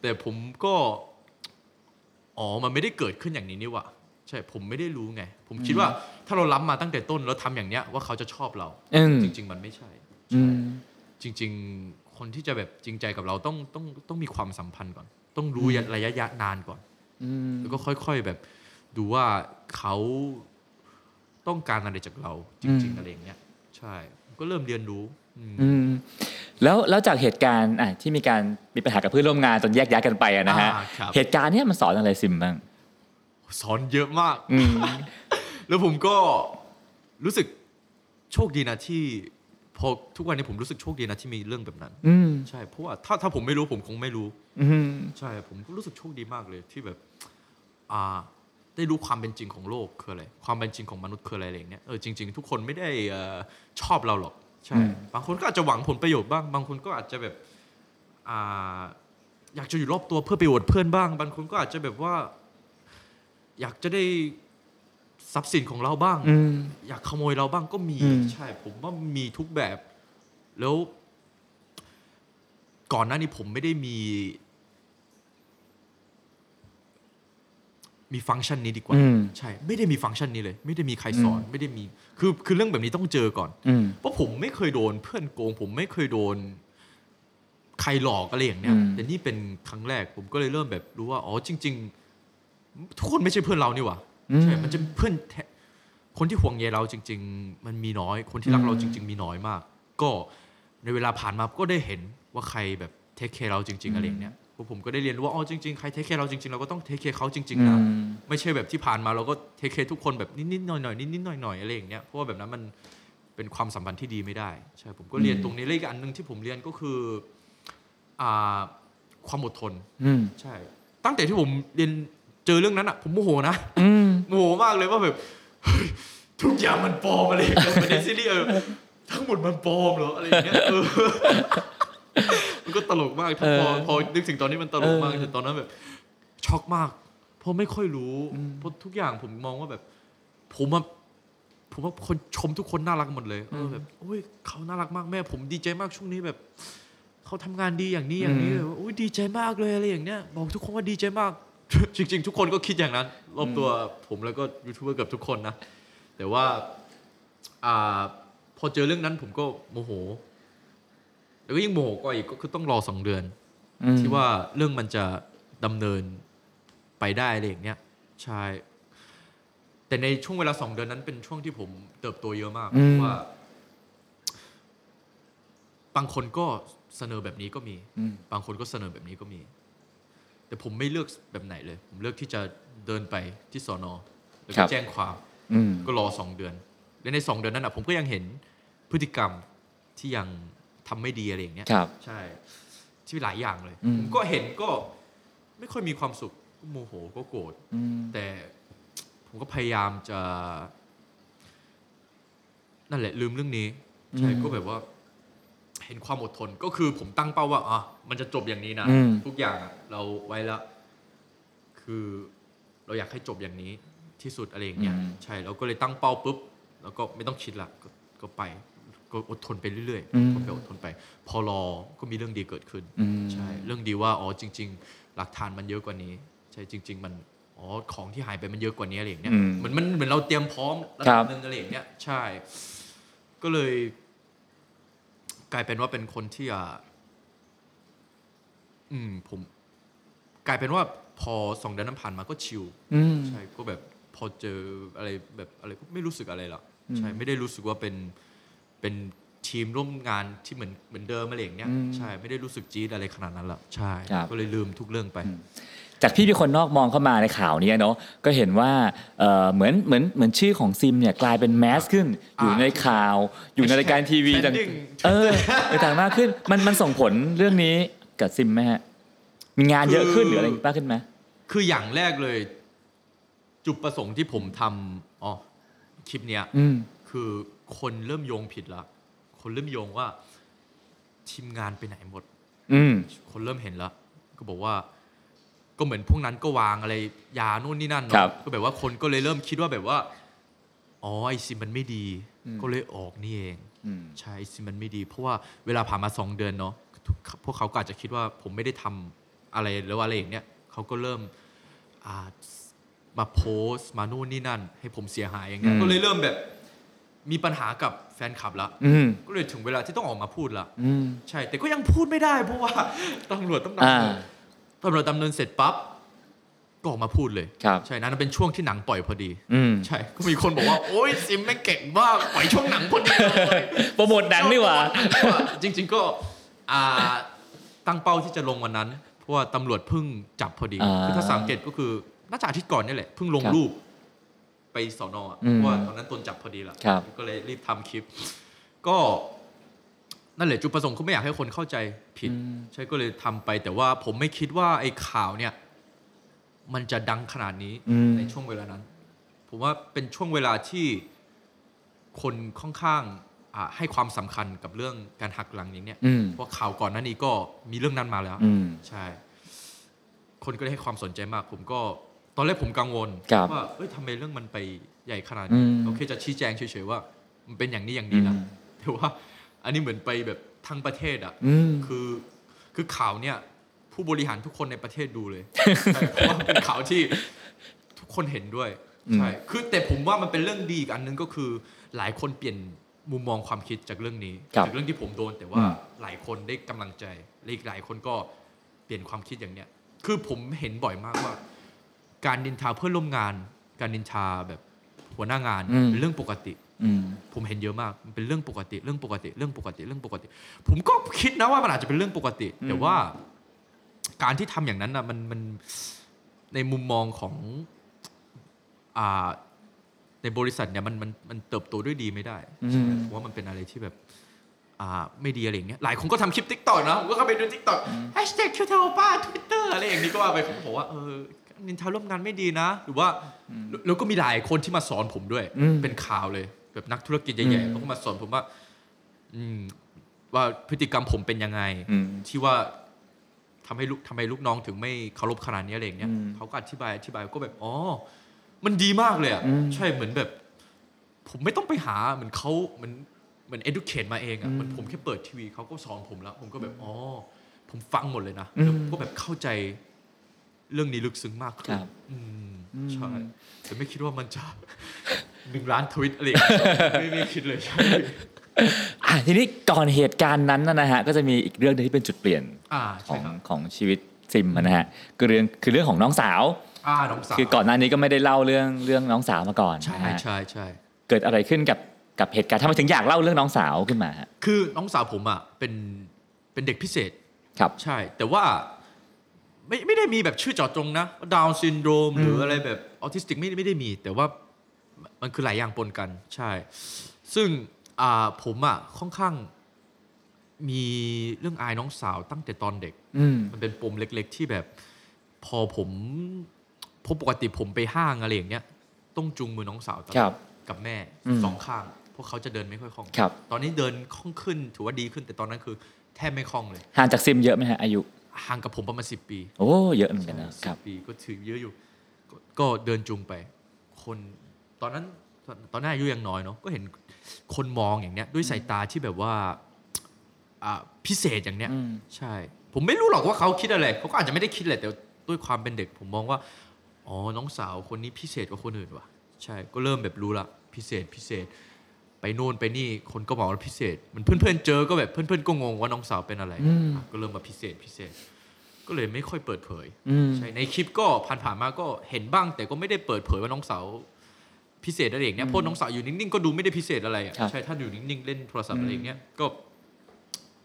[SPEAKER 1] แต่ผมก็ อ๋อ มันไม่ได้เกิดขึ้นอย่างนี้นี่หว่า ใช่ ผมไม่ได้รู้ไง ผมคิดว่าถ้าเราล้ำมาตั้งแต่ต้นแล้วทำอย่างเนี้ยว่าเขาจะชอบเรา
[SPEAKER 3] อืม
[SPEAKER 1] จริง ๆ มันไม่ใช่
[SPEAKER 3] อื
[SPEAKER 1] ใช่
[SPEAKER 3] ม
[SPEAKER 1] จริง ๆ คนที่จะแบบจริงใจกับเราต้องต้องต้องมีความสัมพันธ์ก่อน ต้องรู้ระยะยะนานก่อน
[SPEAKER 3] อืม
[SPEAKER 1] แล้วก็ค่อย ๆ แบบดูว่าเขาต้องการอะไรจากเรา จ
[SPEAKER 3] อื
[SPEAKER 1] ริง
[SPEAKER 3] ม
[SPEAKER 1] ๆ อะไรอย่างเงี้ย ใช่ ก็เริ่มเรียนรู้อืม
[SPEAKER 3] อืมแล้วแล้วจากเหตุการณ์อ่ะที่มีการมีปัญหากับเพื่อนร่วมงานจนแยกย้ายกันไปอะนะฮะ
[SPEAKER 1] อ่าครับ
[SPEAKER 3] เหตุการณ์เนี้ยมันสอนอะไรซิมบ้าง
[SPEAKER 1] สอนเยอะมาก
[SPEAKER 3] อืม
[SPEAKER 1] แล้วผมก็รู้สึกโชคดีนะที่พอทุกวันนี้ผมรู้สึกโชคดีนะที่มีเรื่องแบบนั้น
[SPEAKER 3] อืม
[SPEAKER 1] ใช่เพราะว่าถ้าถ้าผมไม่รู้ผมคงไม่รู้
[SPEAKER 3] อืม
[SPEAKER 1] ใช่ผมก็รู้สึกโชคดีมากเลยที่แบบ อ่า ได้รู้ความเป็นจริงของโลกคืออะไรความเป็นจริงของมนุษย์คืออะไรอะไรอย่างเงี้ยเออจริง ๆ ทุกคนไม่ได้เอ่อชอบเราหรอกใช่บางคนก็อาจจะหวังผลประโยชน์บ้าง บางคนก็อาจจะแบบอ่าอยากจะอยู่รอบตัวเพื่อไปอวดเพื่อนบ้าง บางคนก็อาจจะแบบว่า อยากจะได้ทรัพย์สินของเราบ้าง
[SPEAKER 3] อืม
[SPEAKER 1] อยากขโมยเราบ้างก็มี
[SPEAKER 3] อืม
[SPEAKER 1] ใช่ ผมว่ามีทุกแบบ แล้ว ก่อนหน้านี้ผมไม่ได้มี มีฟังก์ชันนี้ดีกว่า
[SPEAKER 3] อืม
[SPEAKER 1] ใช่ ไม่ได้มีฟังก์ชันนี้เลย ไม่ได้มีใครสอน ไม่ได้มี คือคือเรื่องแบบนี้ต้องเจอก่อน
[SPEAKER 3] อืม
[SPEAKER 1] เพราะผมไม่เคยโดนเพื่อนโกง ผมไม่เคยโดน ใครหลอกอะไรอย่างเนี้ย
[SPEAKER 3] อืม
[SPEAKER 1] แต่นี่เป็นครั้งแรก ผมก็เลยเริ่มแบบรู้ว่า อ๋อจริง ๆ ทุกคนไม่ใช่เพื่อนเรานี่หว่า
[SPEAKER 3] อืม
[SPEAKER 1] ใช่ มันจะเพื่อนแท้คนที่ห่วงใยเราจริง ๆ มันมีน้อย คนที่รัก
[SPEAKER 3] อืม
[SPEAKER 1] เราจริง ๆ มีน้อยมาก ก็ในเวลาผ่านมาก็ได้เห็นว่าใครแบบเทคแคร์เราจริง ๆ อะไรอย่างเนี้ยพวกผมก็ได้เรียนรู้ว่า อ๋อจริง ๆ ใครเทคแคร์เราจริง ๆ เราก็ต้องเทคแคร์เขาจริง ๆ นะ
[SPEAKER 3] อืม
[SPEAKER 1] ไม่ใช่แบบที่ผ่านมาเราก็เทคแคร์ทุกคนแบบนิดๆหน่อยๆนิดๆหน่อยๆอะไรอย่างเนี้ย เพราะว่าแบบนั้นมันเป็นความสัมพันธ์ที่ดีไม่ได้ ใช่ ผมก็เรียนตรงนี้เลยอีกอันหนึ่งที่ผมเรียนก็คืออ่าความอดทน
[SPEAKER 3] อืม
[SPEAKER 1] ใช่ ตั้งแต่ที่ผมเรียนเจอเรื่องนั้นอะผมโมโหนะ
[SPEAKER 3] อืม
[SPEAKER 1] โมโหมากเลยว่าแบบเฮ้ยทุกอย่างมันปลอมอะไรอย่างเงี้ยเหมือนในซีรีส์เออทั้งหมดมันปลอมเหรออะไรอย่างเงี้ยเออ มันก็ตลกมากถ้าพอ
[SPEAKER 3] เออ
[SPEAKER 1] พอนึกถึงตอนนี้มันตลกมาก
[SPEAKER 3] เออ
[SPEAKER 1] แต่ตอนนั้นแบบช็อกมากเพราะไม่ค่อยรู้เพราะทุกอย่างผมมองว่าแบบ ผมอะผมว่าคนชมทุกคนน่ารักหมดเลยเออแบบโอ้ยเขาน่ารักมากแม่ ผมดีใจมากช่วงนี้แบบเขาทำงานดีอย่างนี้อย่างนี้
[SPEAKER 3] อืม
[SPEAKER 1] แบบว่าอุ้ยดีใจมากเลยอะไรอย่างเงี้ยบอกทุกคนว่าดีใจมาก จริง ๆ ทุกคนก็คิดอย่างนั้นรอบตัวผมแล้วก็ยูทูบเบอร์เกือบทุกคนนะ แต่ว่าอ่าพอเจอเรื่องนั้นผมก็โมโห แล้วก็ยิ่งโมโหก็อีกก็คือต้องรอสองเดือน
[SPEAKER 3] อืม
[SPEAKER 1] ที่ว่าเรื่องมันจะดำเนินไปได้อะไรอย่างเงี้ยใช่แต่ในช่วงเวลาสองเดือนนั้นเป็นช่วงที่ผมเติบโตเยอะมากเพราะว่า บางคนก็เสนอแบบนี้ก็มี
[SPEAKER 3] อืม
[SPEAKER 1] บางคนก็เสนอแบบนี้ก็มี แต่ผมไม่เลือกแบบไหนเลย ผมเลือกที่จะเดินไปที่สอนอแล้ว
[SPEAKER 3] ครั
[SPEAKER 1] ก็
[SPEAKER 3] บ
[SPEAKER 1] แจ้งความ
[SPEAKER 3] อืม
[SPEAKER 1] ก็รอสองเดือน และในสองเดือนนั้นอ่ะผมก็ยังเห็นพฤติกรรมที่ยังทำไม่ดีอะไรอย่างเงี้ย
[SPEAKER 3] ครับ
[SPEAKER 1] ใช่ ที่หลายอย่างเลย
[SPEAKER 3] อืม
[SPEAKER 1] ผมก็เห็นก็ไม่ค่อยมีความสุขก็โมโหก็โกรธ
[SPEAKER 3] อืม
[SPEAKER 1] แต่ผมก็พยายามจะ นั่นแหละ ลืมเรื่องนี้ใช่
[SPEAKER 3] อืม
[SPEAKER 1] ก็แบบว่า เห็นความอดทนก็คือผมตั้งเป้าว่าอ่ะมันจะจบอย่างนี้นะ
[SPEAKER 3] อืม
[SPEAKER 1] ทุกอย่างอะเราไว้ละคือเราอยากให้จบอย่างนี้ที่สุดอะไรอย่างเงี้ยใช่เราก็เลยตั้งเป้าปุ๊บ แล้วก็ไม่ต้องคิดละกก็ไป ก็อดทนไปเรื่อยๆทนไปอดทนไป พอรอก็มีเรื่องดีเกิดขึ้น
[SPEAKER 3] อืม
[SPEAKER 1] ใช่เรื่องดีว่าอ๋อจริง ๆ หลักฐานมันเยอะกว่านี้ ใช่จริง ๆ มันอ๋อของที่หายไปมันเยอะกว่านี้อะไรอย่างเงี้ย
[SPEAKER 3] อืม
[SPEAKER 1] เหมือนมันเหมือนเราเตรียมพร้อมระ
[SPEAKER 3] ครั
[SPEAKER 1] ดั
[SPEAKER 3] บ
[SPEAKER 1] บหนึ่งอะไรอย่างเงี้ยใช่ ก็เลย กลายเป็นว่าเป็นคนที่อ่ะอืมผม กลายเป็นว่าพอสองเดือนนั้นผ่านมาก็ชิล
[SPEAKER 3] อืม
[SPEAKER 1] ใช่ก็แบบพอเจออะไรแบบอะไรก็ไม่รู้สึกอะไรหรอกใช่ไม่ได้รู้สึกว่าเป็นเป็นทีมร่วมงานที่เหมือนเหมือนเดิมอะไรอย่างเนี้ย
[SPEAKER 3] อืม
[SPEAKER 1] ใช่ไม่ได้รู้สึกจี๊ดอะไรขนาดนั้นหรอกใช่
[SPEAKER 3] ครับ
[SPEAKER 1] ก็เลยลืมทุกเรื่องไป
[SPEAKER 3] จากที่มีคนนอกมองเข้ามาในข่าวเนี้ยเนาะก็เห็นว่าเอ่อเหมือนเหมือนเหมือนชื่อของซิมเนี่ยกลายเป็นแมสขึ้น อยู่ในข่าว อยู่ในรายการทีวีต่าง
[SPEAKER 1] Trending
[SPEAKER 3] เออต่างๆมากขึ้น มันมันส่งผลเรื่องนี้กับซิมไหมฮะมีงานเยอะขึ้นหรืออะไรมากขึ้นไหม
[SPEAKER 1] คืออย่างแรกเลย จุดประสงค์ที่ผมทำอ๋อคลิปเนี้ย
[SPEAKER 3] อืม
[SPEAKER 1] คือคนเริ่มโยงผิดละ คนเริ่มโยงว่า ทีมงานไปไหนหมด
[SPEAKER 3] อืม
[SPEAKER 1] คนเริ่มเห็นแล้ว ก็บอกว่า ก็เหมือนพวกนั้นก็วางอะไร ยานู่นนี่นั่น
[SPEAKER 3] ครั
[SPEAKER 1] เนาะ
[SPEAKER 3] บ
[SPEAKER 1] ก็แบบว่าคนก็เลยเริ่มคิดว่าแบบว่า อ๋อไอซิมมันไม่ดี ก็เลยออกนี่เอง
[SPEAKER 3] อืม
[SPEAKER 1] ใช่ไอซิมมันไม่ดี เพราะว่าเวลาผ่านมาสองเดือนเนาะทุกพวกเขาก็อาจจะคิดว่า ผมไม่ได้ทำอะไรหรือว่าอะไรอย่างเนี้ยเขาก็เริ่มอ่ามาโพสต์มานู่นนี่นั่น ให้ผมเสียหายอย่างเงี้ยก็เลยเริ่มแบบ มีปัญหากับแฟนคลับละ
[SPEAKER 3] อืม
[SPEAKER 1] ก็เลยถึงเวลาที่ต้องออกมาพูดละ
[SPEAKER 3] อืม
[SPEAKER 1] ใช่ แต่ก็ยังพูดไม่ได้เพราะว่า ตำรวจต้องดำ
[SPEAKER 3] อ่า
[SPEAKER 1] เนินตำรวจดำเนินเสร็จปั๊บก็ออกมาพูดเลย
[SPEAKER 3] ครับ
[SPEAKER 1] ใช่นั้นเป็นช่วงที่หนังปล่อยพอดี
[SPEAKER 3] อืม
[SPEAKER 1] ใช่ ก็มีคนบอกว่า โอ๊ยซิมแม่งเก่งมากปล่อยช่วงหนังพอดีเลย
[SPEAKER 3] โปรโมทหนังนี่หว่า
[SPEAKER 1] จริง ๆก็อ่าตั้งเป้าที่จะลงวันนั้น เพราะว่าตำรวจเพิ่งจับพอดี
[SPEAKER 3] อ่า
[SPEAKER 1] คือถ้าสังเกตก็คือน่าจะอาทิตย์ก่อนเนี่ยแหละเพิ่งลง
[SPEAKER 3] ครับ
[SPEAKER 1] รูปไปสอนอะ
[SPEAKER 3] อืม
[SPEAKER 1] เพราะว่าตอนนั้นตนจับพอดีละ
[SPEAKER 3] ครับ
[SPEAKER 1] ก็เลยรีบทำคลิป ก็นั่นแหละจุดประสงค์เขาไม่อยากให้คนเข้าใจผิด ใช่ก็เลยทำไป แต่ว่าผมไม่คิดว่าไอ้ข่าวเนี่ย มันจะดังขนาดนี้
[SPEAKER 3] อืม
[SPEAKER 1] ในช่วงเวลานั้น ผมว่าเป็นช่วงเวลาที่คนค่อนข้างอ่าให้ความสำคัญกับเรื่องการหักหลังอย่างเนี้ย
[SPEAKER 3] อืม
[SPEAKER 1] เพราะข่าวก่อนหน้านี้ก็มีเรื่องนั้นมาแล้ว
[SPEAKER 3] อืม
[SPEAKER 1] ใช่ คนก็เลยให้ความสนใจมาก ผมก็ตอนแรกผมกังวล
[SPEAKER 3] ครับ
[SPEAKER 1] ว่าเอ้ยทำไมเรื่องมันไปใหญ่ขนาด
[SPEAKER 3] อื
[SPEAKER 1] นี้
[SPEAKER 3] ม
[SPEAKER 1] โอเคจะชี้แจงเฉยๆว่า มันเป็นอย่างนี้อย่างนี้นะ
[SPEAKER 3] อืม
[SPEAKER 1] แต่ว่า อันนี้เหมือนไปแบบทั้งประเทศอ่ะ
[SPEAKER 3] อืม
[SPEAKER 1] คือคือข่าวเนี่ยผู้บริหารทุกคนในประเทศดูเลย ใช่เพราะว่าเป็นข่าวที่ทุกคนเห็นด้วย
[SPEAKER 3] อืม
[SPEAKER 1] ใช่คือแต่ผมว่ามันเป็นเรื่องดีอีกอันหนึงก็คือหลายคนเปลี่ยนมุมมองความคิดจากเรื่องนี้
[SPEAKER 3] ครับ
[SPEAKER 1] จากเรื่องที่ผมโดนแต่ว่า
[SPEAKER 3] อืม
[SPEAKER 1] หลายคนได้กำลังใจและอีกหลายคนก็เปลี่ยนความคิดอย่างเนี้ย คือผมเห็นบ่อยมากว่า การนินทาเพื่อนร่วมงาน การนินทาแบบหัวหน้างานเป็นเรื่องปกติ
[SPEAKER 3] อืม
[SPEAKER 1] ผมเห็นเยอะมากมันเป็นเรื่องปกติ เรื่องปกติ เรื่องปกติ เรื่องปกติ ผมก็คิดนะว่ามันอาจจะเป็นเรื่องปกติ แต่ว่า การที่ทำอย่างนั้นนะมันมันในมุมมองของอ่าในบริษัทเนี่ยมันมันมันเติบโตด้วยดีไม่ได้
[SPEAKER 3] อืม
[SPEAKER 1] ใช่ผมว่ามันเป็นอะไรที่แบบ อ่าไม่ดีอะไรอย่างเงี้ยหลายคนก็ทำคลิปทิกตอกนะผมก็เข้าไปดูทิกตอกแฮชแท็กคิวเทลป้าทวิตเตอร์อะไรอย่างนี้ก็ว่าไปผมบอกว่าเออนินทาร่วมงานไม่ดีนะ หรือว่าแล้วแล้วก็มีหลายคนที่มาสอนผมด้วย
[SPEAKER 3] อืม
[SPEAKER 1] เป็นข่าวเลย แบบนักธุรกิจใหญ่
[SPEAKER 3] อื
[SPEAKER 1] ๆ
[SPEAKER 3] ม
[SPEAKER 1] เขาก็มาสอนผมว่า อืม ว่าพฤติกรรมผมเป็นยังไง
[SPEAKER 3] อืม
[SPEAKER 1] ที่ว่าทำให้ลูกทำไมลูกน้องถึงไม่เคารพขนาดนี้อะไรอย่างเงี้ย
[SPEAKER 3] อืม
[SPEAKER 1] เขาก็อธิบายอธิบายก็แบบอ๋อมันดีมากเลยอ่ะ
[SPEAKER 3] อืม
[SPEAKER 1] ใช่เหมือนแบบ ผมไม่ต้องไปหาเหมือนเขาเหมือนเหมือน educate มาเองอะ่ะเหมือนผมแค่เปิดทีวีเขาก็สอนผมแล้ว ผมก็แบบอ๋อผมฟังหมดเลยนะแล้วผมก็แบบเข้าใจเรื่องนี้ลึกซึ้งมากขึ้น
[SPEAKER 3] ครับ
[SPEAKER 1] อืม
[SPEAKER 3] อืม
[SPEAKER 1] ใช่แต่ไม่คิดว่ามันจะ หนึ่งล้านทวิตอะไรอย่างเงี้ยไม่ไม่คิดเลยใช่
[SPEAKER 3] อ่ะทีนี้ก่อนเหตุการณ์นั้นนะนะฮะก็จะมีอีกเรื่องหนึงที่เป็นจุดเปลี่ยน
[SPEAKER 1] อ่า
[SPEAKER 3] ข
[SPEAKER 1] ใช่
[SPEAKER 3] อง
[SPEAKER 1] ครับ
[SPEAKER 3] ของชีวิตซิมนะฮะคือเรื่องคือเรื่องของน้องสาว
[SPEAKER 1] อ่าน้องสาว
[SPEAKER 3] คือก่อนหน้านี้ก็ไม่ได้เล่าเรื่องเรื่องน้องสาวมาก่อน
[SPEAKER 1] ใช่
[SPEAKER 3] นะฮะ
[SPEAKER 1] ใช่ใช่
[SPEAKER 3] เกิดอะไรขึ้นกับ กับเหตุการณ์ทำไมถึงอยากเล่าเรื่องน้องสาวขึ้นมาฮะ
[SPEAKER 1] คือน้องสาวผมอ่ะเป็นเป็นเด็กพิเศษ
[SPEAKER 3] ครับ
[SPEAKER 1] ใช่ แต่ว่าไม่ไม่ได้มีแบบชื่อเจาะจงนะดาวซินโดรมหรืออะไรแบบออทิสติกไม่ไม่ได้มี แต่ว่ามันคือหลายอย่างปนกัน ใช่ ซึ่งอ่าผมอ่ะค่อนข้างมีเรื่องอายน้องสาวตั้งแต่ตอนเด็ก
[SPEAKER 3] อืม
[SPEAKER 1] มันเป็นปมเล็กๆที่แบบ พอผมพบปกติผมไปห้างอะไรอย่างเงี้ยต้องจูงมือน้องสาวตลอด
[SPEAKER 3] ครับ
[SPEAKER 1] กับแม่
[SPEAKER 3] อืม
[SPEAKER 1] สองข้างเพราะเขาจะเดินไม่ค่อยคล่อง
[SPEAKER 3] ครับ
[SPEAKER 1] ตอนนี้เดินคล่องขึ้นถือว่าดีขึ้นแต่ตอนนั้นคือ แทบไม่คล่องเลย
[SPEAKER 3] ห่างจากซิมเยอะไหมฮะอายุ
[SPEAKER 1] ห่างกับผมประมาณสิบปี
[SPEAKER 3] โอ้เยอะเหมือนกันนะค
[SPEAKER 1] สิ
[SPEAKER 3] รั
[SPEAKER 1] บบ ปีก็ถือเยอะอยู่กก็เดินจูงไป คนตอนนั้นตอนตอนนั้นอายุยังน้อยเนาะก็เห็นคนมองอย่างเนี้ย ด้วยสายตาที่แบบว่าอ่าพิเศษอย่างเนี้ย
[SPEAKER 3] อืม
[SPEAKER 1] ใช่ ผมไม่รู้หรอกว่าเขาคิดอะไร เขาก็อาจจะไม่ได้คิดแหละแต่ด้วยความเป็นเด็ก ผมมองว่า อ๋อ น้องสาวคนนี้พิเศษกว่าคนอื่นว่ะ ใช่ ก็เริ่มแบบรู้ละ พิเศษ พิเศษ ไปโน่นไปนี่ คนก็บอกว่าพิเศษ มันเพื่อนๆเจอ ก็แบบเพื่อนๆก็งงว่าน้องสาวเป็นอะไร
[SPEAKER 3] อืม
[SPEAKER 1] อ่ะก็เริ่มมาพิเศษ พิเศษ ก็เลยไม่ค่อยเปิดเผย
[SPEAKER 3] อืม
[SPEAKER 1] ใช่ ในคลิปก็ผ่านๆมาก็เห็นบ้าง แต่ก็ไม่ได้เปิดเผยว่าน้องสาวพิเศษอะไรอย่างเงี้ยเพราะน้องสาวอยู่นิ่งๆ ก็ดูไม่ได้พิเศษอะไรอ่ะ
[SPEAKER 3] ครับ
[SPEAKER 1] ใช่ ถ้าอยู่นิ่งๆ เล่นโทรศัพท์อะไรอย่างเงี้ย ก็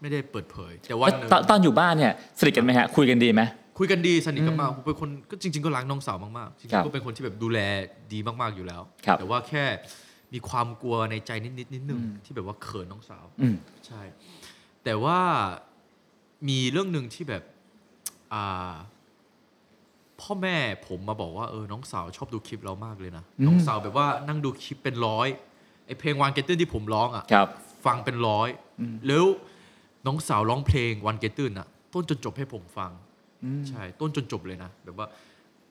[SPEAKER 1] ไม่ได้เปิดเผย แต่วันหนึ่ง
[SPEAKER 3] ตอนตอนอยู่บ้านเนี่ยสนิทกันไหมฮะ คุยกันดีไหม
[SPEAKER 1] คุยกันดีสนิทกันมาก
[SPEAKER 3] อืม
[SPEAKER 1] ผมเป็นคนก็จริง ๆ ก็รักน้องสาวมากๆจริง
[SPEAKER 3] ครับ
[SPEAKER 1] ๆก็เป็นคนที่แบบดูแลดีมากๆอยู่แล้ว
[SPEAKER 3] ครับ
[SPEAKER 1] แต่ว่าแค่มีความกลัวในใจนิดๆนิดนึง
[SPEAKER 3] อืม
[SPEAKER 1] ที่แบบว่าเขินน้องสาว
[SPEAKER 3] อืม
[SPEAKER 1] ใช่ แต่ว่ามีเรื่องหนึ่งที่แบบอ่าพ่อแม่ผมมาบอกว่าเออน้องสาวชอบดูคลิปเรามากเลยนะ
[SPEAKER 3] อืม
[SPEAKER 1] น้องสาวแบบว่านั่งดูคลิปเป็นร้อยไอเพลงวันเกตเตอร์ที่ผมร้องอ่ะ
[SPEAKER 3] ครับ
[SPEAKER 1] ฟังเป็นร้อย แล้วน้องสาวร้องเพลงวันเกตตื้นอะต้นจนจบให้ผมฟัง ใช่ ต้นจนจบเลยนะ แบบว่า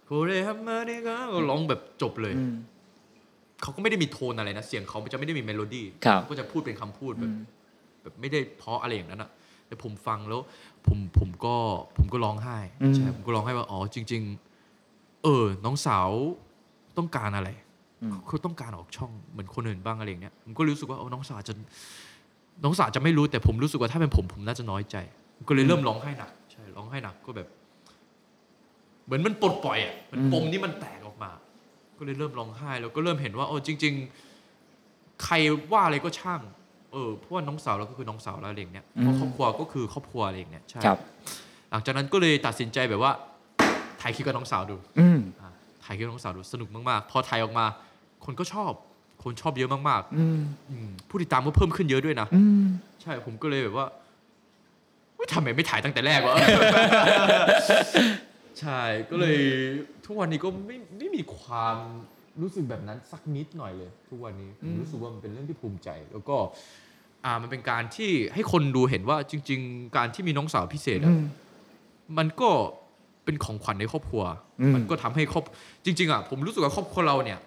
[SPEAKER 1] โคเรฮัมมาเนก็ร้องแบบจบเลย
[SPEAKER 3] อืม
[SPEAKER 1] เขาก็ไม่ได้มีโทนอะไรนะ เสียงเขาจะไม่ได้มีเมโลดี้
[SPEAKER 3] ครับ
[SPEAKER 1] เขาก็จะพูดเป็นคำพูดแบบแบบไม่ได้เพราะอะไรอย่างนั้นอะแต่ผมฟังแล้วผมผมก็ผมก็ร้องไห้
[SPEAKER 3] อืม
[SPEAKER 1] ใช่ผมก็ร้องไห้ว่าอ๋อจริง ๆ เออ น้องสาวต้องการอะไร เขาต้องการออกช่องเหมือนคนอื่นบ้างอะไรอย่างเงี้ยผมก็รู้สึกว่าเออน้องสาวจะน้องสาวจะไม่รู้แต่ผมรู้สึกว่าถ้าเป็นผมผมน่าจะน้อยใจผมก็เลยเริ่มร้องไห้หนักใช่ร้องไห้หนักก็แบบ เหมือนมันปลดปล่อยอ่ะมัน
[SPEAKER 3] อืม
[SPEAKER 1] ปมนี่มันแตกออกมา ก็เลยเริ่มร้องไห้แล้วก็เริ่มเห็นว่าโอ้จริง ๆ ใครว่าอะไรก็ช่าง เออเพราะว่าน้องสาวเราก็คือน้องสาวเราอะไรอย่างเงี้ยเพราะครอบครัวก็คือครอบครัวอะไรอย่างเงี้ยใช่
[SPEAKER 3] ครับ
[SPEAKER 1] หลังจากนั้นก็เลยตัดสินใจแบบว่าถ่ายคลิปกับน้องสาวดู
[SPEAKER 3] อืม
[SPEAKER 1] อ่ะถ่ายคลิปน้องสาวดูสนุกมากๆ พอถ่ายออกมา คนก็ชอบ คนชอบเยอะมาก
[SPEAKER 3] อืม
[SPEAKER 1] ๆอืมผู้ติดตามก็เพิ่มขึ้นเยอะด้วยนะ
[SPEAKER 3] อืม
[SPEAKER 1] ใช่ผมก็เลยแบบว่าอุ๊ยทำไมไม่ถ่ายตั้งแต่แรก วะ ใช่ก็เลยทุกวันนี้ก็ไม่ไม่มีความรู้สึกแบบนั้นสักนิดหน่อยเลย ทุกวันนี้ผมรู้สึกว่ามันเป็นเรื่องที่ภูมิใจ แล้วก็ อ่ามันเป็นการที่ให้คนดูเห็นว่าจริง ๆ การที่มีน้องสาวพิเศษอะ มันก็เป็นของขวัญในครอบครัว
[SPEAKER 3] อืม
[SPEAKER 1] มันก็ทำให้ครอบ จริง ๆอ่ะผมรู้สึกว่าครอบครัวเราเนี่ย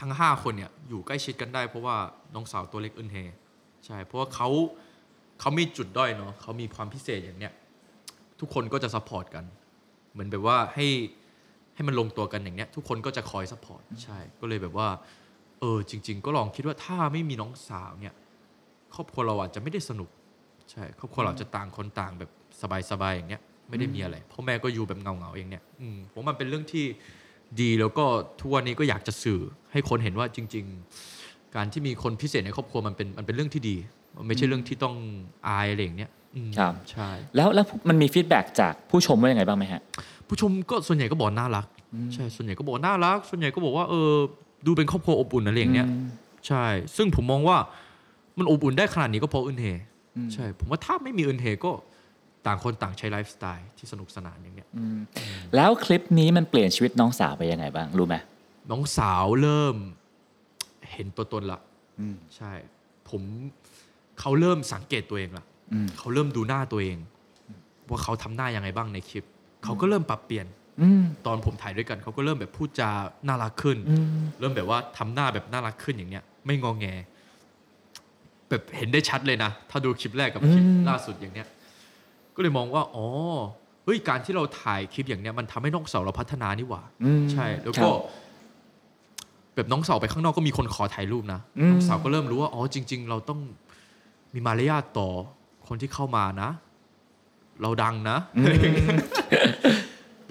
[SPEAKER 1] ทั้งห้าคนเนี่ยอยู่ใกล้ชิดกันได้เพราะว่าน้องสาวตัวเล็กเอินเฮใช่ เพราะว่าเขาเขามีจุดด้อยเนาะเขามีความพิเศษอย่างเนี้ยทุกคนก็จะซัพพอร์ตกัน เหมือนแบบว่าให้ให้มันลงตัวกันอย่างเนี้ย ทุกคนก็จะคอยซัพพอร์ตใช่ ก็เลยแบบว่า เออ จริง ๆ ก็ลองคิดว่าถ้าไม่มีน้องสาวเนี่ย ครอบครัวเราอาจจะไม่ได้สนุก ใช่ครอบครัวเราจะต่างคนต่างแบบสบายๆอย่างเงี้ย ไม่ได้มีอะไรพ่อแม่ก็อยู่แบบเงาๆอย่างเนี้ยอืมผมว่ามันเป็นเรื่องที่ดีแล้วก็ทุกวันนี้ก็อยากจะสื่อให้คนเห็นว่าจริง ๆ การที่มีคนพิเศษในครอบครัวมันเป็นมันเป็นเรื่องที่ดี มันไม่ใช่เรื่องที่ต้องอายอะไรอย่างเนี้ยอืม
[SPEAKER 3] ครับ
[SPEAKER 1] ใช่
[SPEAKER 3] แล้วแล้วมันมีฟีดแบ็จากผู้ชมว่ายังไงบ้างไหมฮะ
[SPEAKER 1] ผู้ชมก็ส่วนใหญ่ก็บอกน่ารักใช่ส่วนใหญ่ก็บอกน่ารัก ส่วนใหญ่ก็บอกว่าเออดูเป็นครอบครัวอบอุ่นอะไรอย่างเนี้ย ใช่ ซึ่งผมมองว่ามันอบอุ่นได้ขนาดนี้ก็เพราะอึนเฮ
[SPEAKER 3] อืม
[SPEAKER 1] ใช่ ผมว่าถ้าไม่มีอึนเฮก็ต่างคนต่างใช้ไลฟ์สไตล์ที่สนุกสนานอย่างเนี้ย
[SPEAKER 3] อืมแล้วคลิปนี้มันเปลี่ยนชีวิตน้องสาวไปยังไงบ้างรู้ไหม
[SPEAKER 1] น้องสาวเริ่มเห็นตัวตนละ
[SPEAKER 3] อืม
[SPEAKER 1] ใช่ ผมเขาเริ่มสังเกตตัวเองละ
[SPEAKER 3] อืม
[SPEAKER 1] เขาเริ่มดูหน้าตัวเอง ว่าเขาทำหน้ายังไงบ้างในคลิป เขาก็เริ่มปรับเปลี่ยน
[SPEAKER 3] อืม
[SPEAKER 1] ตอนผมถ่ายด้วยกันเขาก็เริ่มแบบพูดจาน่ารักขึ้น เริ่มแบบว่าทำหน้าแบบน่ารักขึ้นอย่างเนี้ย ไม่งองแง แบบเห็นได้ชัดเลยนะ ถ้าดูคลิปแรกกับคลิป
[SPEAKER 3] อืม
[SPEAKER 1] ล่าสุดอย่างเนี้ย ก็เลยมองว่าอ๋อเฮ้ยการที่เราถ่ายคลิปอย่างเนี้ยมันทำให้น้องสาวเราพัฒนานี่หว่า
[SPEAKER 3] อืม
[SPEAKER 1] ใช่แล้วก็ แบบน้องสาวไปข้างนอกก็มีคนขอถ่ายรูปนะ
[SPEAKER 3] อืม
[SPEAKER 1] น้องสาวก็เริ่มรู้ว่าอ๋อจริง ๆ เราต้องมีมารยาทต่อคนที่เข้ามานะ เราดังนะ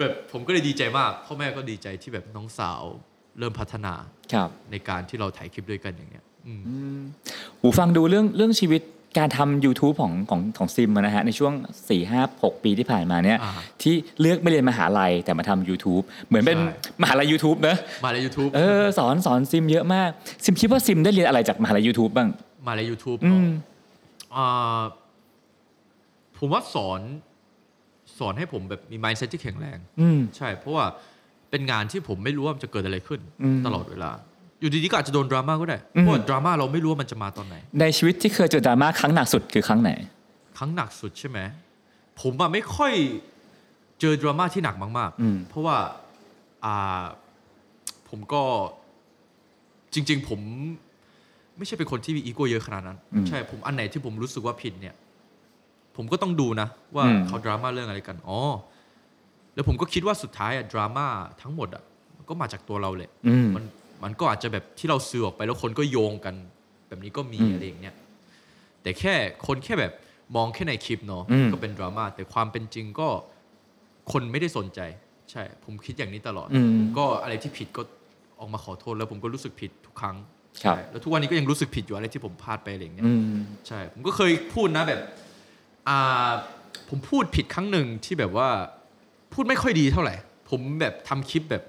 [SPEAKER 1] แบบผมก็เลยดีใจมากพ่อแม่ก็ดีใจที่แบบน้องสาวเริ่มพัฒนา
[SPEAKER 3] ครับ
[SPEAKER 1] ในการที่เราถ่ายคลิปด้วยกันอย่างเงี้ย
[SPEAKER 3] หูฟังดูเรื่องเรื่องชีวิตการทำ YouTube ของของของซิมอะนะฮะในช่วง 4 5 6 ปีที่ผ่านมาเนี่ย
[SPEAKER 1] อ่า
[SPEAKER 3] ที่เลือกไม่เรียนมหาลัยแต่มาทำ YouTube เหมือนเป็น
[SPEAKER 1] ใช่
[SPEAKER 3] มหาลัย YouTube เนอะ
[SPEAKER 1] มาใน YouTube
[SPEAKER 3] เออสอนสอนซิมเยอะมาก ซิมคิดว่าซิมได้เรียนอะไรจากมหาลัย YouTube บ้าง
[SPEAKER 1] มาใน YouTube
[SPEAKER 3] อื
[SPEAKER 1] เนอะ
[SPEAKER 3] ม
[SPEAKER 1] อ่าผมว่าสอนสอนให้ผมแบบมี mindset ที่แข็งแรง
[SPEAKER 3] อืม
[SPEAKER 1] ใช่ เพราะว่าเป็นงานที่ผมไม่รู้ว่ามันจะเกิดอะไรขึ้น
[SPEAKER 3] อืม
[SPEAKER 1] ตลอดเวลา อยู่ดีๆก็อาจจะโดนดราม่าก็ได้
[SPEAKER 3] อืม
[SPEAKER 1] เพราะว่าดราม่าเราไม่รู้ว่ามันจะมาตอนไหน
[SPEAKER 3] ในชีวิตที่เคยเจอดราม่าครั้งหนักสุดคือครั้งไหน
[SPEAKER 1] ครั้งหนักสุดใช่ไหมผมอะไม่ค่อยเจอดราม่าที่หนักมาก
[SPEAKER 3] อืม
[SPEAKER 1] เพราะว่าอ่าผมก็จริง ๆ ผมไม่ใช่เป็นคนที่มีอีโก้เยอะขนาดนั้น ใช่ผมอันไหนที่ผมรู้สึกว่าผิดเนี่ย ผมก็ต้องดูนะ ว่าเขาดราม่าเรื่องอะไรกันอ๋อแล้วผมก็คิดว่าสุดท้ายอะดราม่าทั้งหมดอะมันก็มาจากตัวเราแหละ
[SPEAKER 3] อืม
[SPEAKER 1] มันมันก็อาจจะแบบที่เราสื่อออกไปแล้วคนก็โยงกัน แบบนี้ก็มี
[SPEAKER 3] อืม
[SPEAKER 1] อะไรอย่างเนี้ยแต่แค่คนแค่แบบมองแค่ในคลิปเนาะ
[SPEAKER 3] อืม
[SPEAKER 1] ก็เป็นดราม่าแต่ความเป็นจริงก็คนไม่ได้สนใจ ใช่ ผมคิดอย่างนี้ตลอด
[SPEAKER 3] อืม
[SPEAKER 1] ก็อะไรที่ผิดก็ออกมาขอโทษ แล้วผมก็รู้สึกผิดทุกครั้ง
[SPEAKER 3] ครับ
[SPEAKER 1] ใช่แล้วทุกวันนี้ก็ยังรู้สึกผิดอยู่อะไรที่ผมพลาดไปอะไรอย่างเงี้ย
[SPEAKER 3] อืม
[SPEAKER 1] ใช่ ผมก็เคยพูดนะแบบอ่าผมพูดผิดครั้งหนึ่งที่แบบว่าพูดไม่ค่อยดีเท่าไหร่ ผมแบบทำคลิปแบบ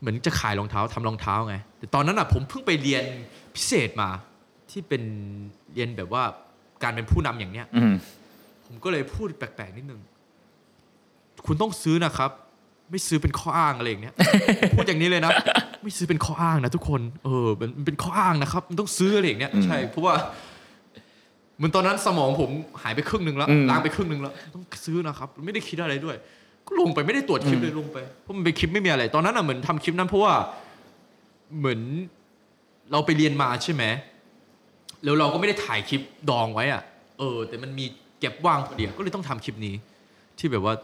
[SPEAKER 1] เหมือนจะขายรองเท้าทำรองเท้าไง แต่ตอนนั้นอ่ะผมเพิ่งไปเรียนพิเศษมาที่เป็นเรียนแบบว่าการเป็นผู้นำอย่างเนี้ย
[SPEAKER 3] อืม
[SPEAKER 1] ผมก็เลยพูดแปลกๆ นิดนึง คุณต้องซื้อนะครับ ไม่ซื้อเป็นข้ออ้างอะไรอย่างเนี้ย พูดอย่างนี้เลยนะ ไม่ซื้อเป็นข้ออ้างนะทุกคน เออมันมันเป็นข้ออ้างนะครับ มันต้องซื้ออะไรอย่างเนี้ย ใช่ เพราะว่าเหมือนตอนนั้นสมองผมหายไปครึ่งหนึ่งแล้ว
[SPEAKER 3] อืม
[SPEAKER 1] ล้างไปครึ่งหนึ่งแล้ว ต้องซื้อนะครับ ไม่ได้คิดอะไรด้วย ก็ลงไปไม่ได้ตรวจคลิปเลยลงไป เพราะมันเป็นคลิปไม่มีอะไร ตอนนั้นอ่ะเหมือนทำคลิปนั้นเพราะว่า เหมือนเราไปเรียนมาใช่ไหม แล้วเราก็ไม่ได้ถ่ายคลิปดองไว้อะเออ แต่มันมีเก็บว่างพอดีอะก็เลยต้องทำคลิปนี้ ที่แบบว่า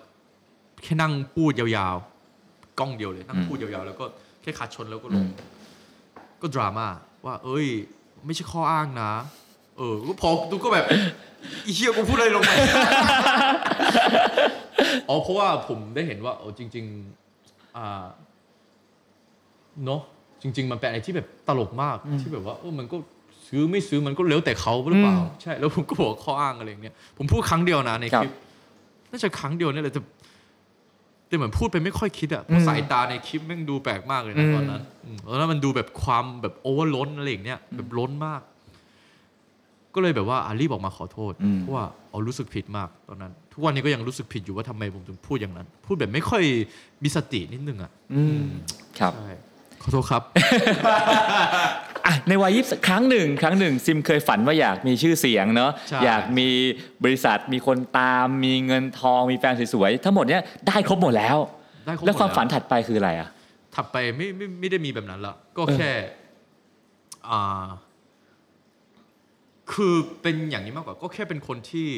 [SPEAKER 1] แค่นั่งพูดยาวๆ กล้องเดียวเลย นั่งพูดยาวๆ แล้วก็แค่ขัดชนแล้วก็ลง ก็ดราม่าว่า เอ้ย ไม่ใช่ข้ออ้างนะ เออ ก็พอดูก็แบบ อีเชี่ยกูพูดอะไรลงไป อ๋อ เพราะว่าผมได้เห็นว่าเออจริง ๆ อ่า เนาะจริง ๆ มันเป็นอะไรที่แบบตลกมากที่แบบว่าเออมันก็ซื้อไม่ซื้อมันก็แล้วแต่เขาหรือเปล่า ใช่แล้วผมก็บอกข้ออ้างอะไรอย่างเงี้ยผมพูดครั้งเดียวนะในคลิปน่าจะครั้งเดียวเนี่ยแหละแต่แต่เหมือนพูดไปไม่ค่อยคิดอะเพ
[SPEAKER 3] อื
[SPEAKER 1] ราะ
[SPEAKER 3] ม
[SPEAKER 1] สายตาในคลิปแม่งดูแปลกมากเลย
[SPEAKER 3] อื
[SPEAKER 1] นะ
[SPEAKER 3] ม
[SPEAKER 1] ตอนนั้นอืมตอนนั้นมันดูแบบความแบบโอเวอร์ล้นอะไรอย่างเงี้ยแบบล้นมาก ก็เลยแบบว่าอารีบออกมาขอโทษ
[SPEAKER 3] อืม
[SPEAKER 1] เพราะว่าเอารู้สึกผิดมากตอนนั้น ทุกวันนี้ก็ยังรู้สึกผิดอยู่ว่าทำไมผมถึงพูดอย่างนั้น พูดแบบไม่ค่อยมีสตินิดนึงอะ
[SPEAKER 3] อืมครับ
[SPEAKER 1] ใช่ขอโทษครับ
[SPEAKER 3] อ่ะในวัยยี่สิบครั้งหนึ่งครั้งหนึ่งซิมเคยฝันว่าอยากมีชื่อเสียงเนาะ
[SPEAKER 1] ใช่
[SPEAKER 3] อยากมีบริษัทมีคนตาม มีเงินทองมีแฟนสวยๆทั้งหมดเนี้ยได้ครบหมดแล้ว
[SPEAKER 1] ได้ครบหด
[SPEAKER 3] แล้วความฝันถัดไปคืออะไรอ่ะ
[SPEAKER 1] ถัดไปไม่ไม่ไม่ได้มีแบบนั้นละก็แค่อ่าคือเป็นอย่างนี้มากกว่า ก็แค่เป็นคนที่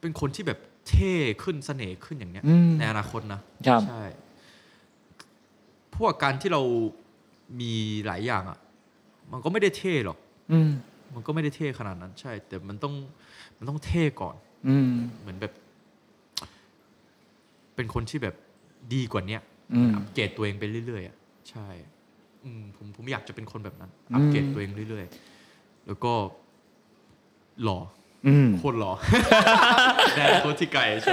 [SPEAKER 1] เป็นคนที่แบบเท่ขึ้นเสน่ห์ขึ้นอย่างเนี้ย
[SPEAKER 3] อืม
[SPEAKER 1] ในอนาคตนะครับ ใช่พวกการที่เรามีหลายอย่างอ่ะ มันก็ไม่ได้เท่หรอก
[SPEAKER 3] อืม
[SPEAKER 1] มันก็ไม่ได้เท่ขนาดนั้น ใช่ แต่มันต้องมันต้องเท่ก่อน
[SPEAKER 3] อืม
[SPEAKER 1] เหมือนแบบ เป็นคนที่แบบดีกว่าเนี้ย
[SPEAKER 3] อืม
[SPEAKER 1] อัปเกรดตัวเองไปเรื่อยๆอ่ะใช่อืมผมผมอยากจะเป็นคนแบบนั้น อัปเกรด
[SPEAKER 3] อืม
[SPEAKER 1] ตัวเองเรื่อยๆ แล้วก็หล่อ
[SPEAKER 3] อืม
[SPEAKER 1] โคตร หล่อ ได้โคตรที่ไกลใช่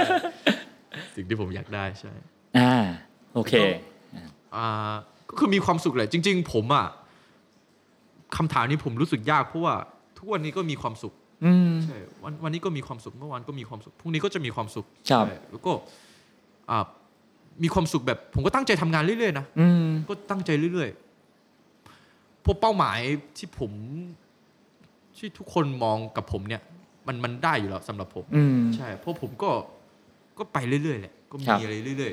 [SPEAKER 1] สิ่งที่ผมอยากได้ใช่
[SPEAKER 3] อ่าโอเค
[SPEAKER 1] อ่าก็คือมีความสุขแหละจริง ๆ ผมอ่ะคำถามนี้ผมรู้สึกยากเพราะว่า ทุกวันนี้ก็มีความสุข
[SPEAKER 3] อืม
[SPEAKER 1] ใช่วันวันนี้ก็มีความสุขเมื่อวานก็มีความสุขพรุ่งนี้ก็จะมีความสุข
[SPEAKER 3] ครับ
[SPEAKER 1] ใช่แล้วก็อ่ามีความสุขแบบ ผมก็ตั้งใจทำงานเรื่อยๆนะ
[SPEAKER 3] อืม
[SPEAKER 1] ก็ตั้งใจเรื่อยๆ พวกเป้าหมายที่ผมที่ทุกคนมองกับผมเนี่ย มันมันได้อยู่แล้วสำหรับผม
[SPEAKER 3] อืม
[SPEAKER 1] ใช่ เพราะผมก็ก็ไปเรื่อยๆแหละก็
[SPEAKER 3] ครับ
[SPEAKER 1] มีอะไรเรื่อย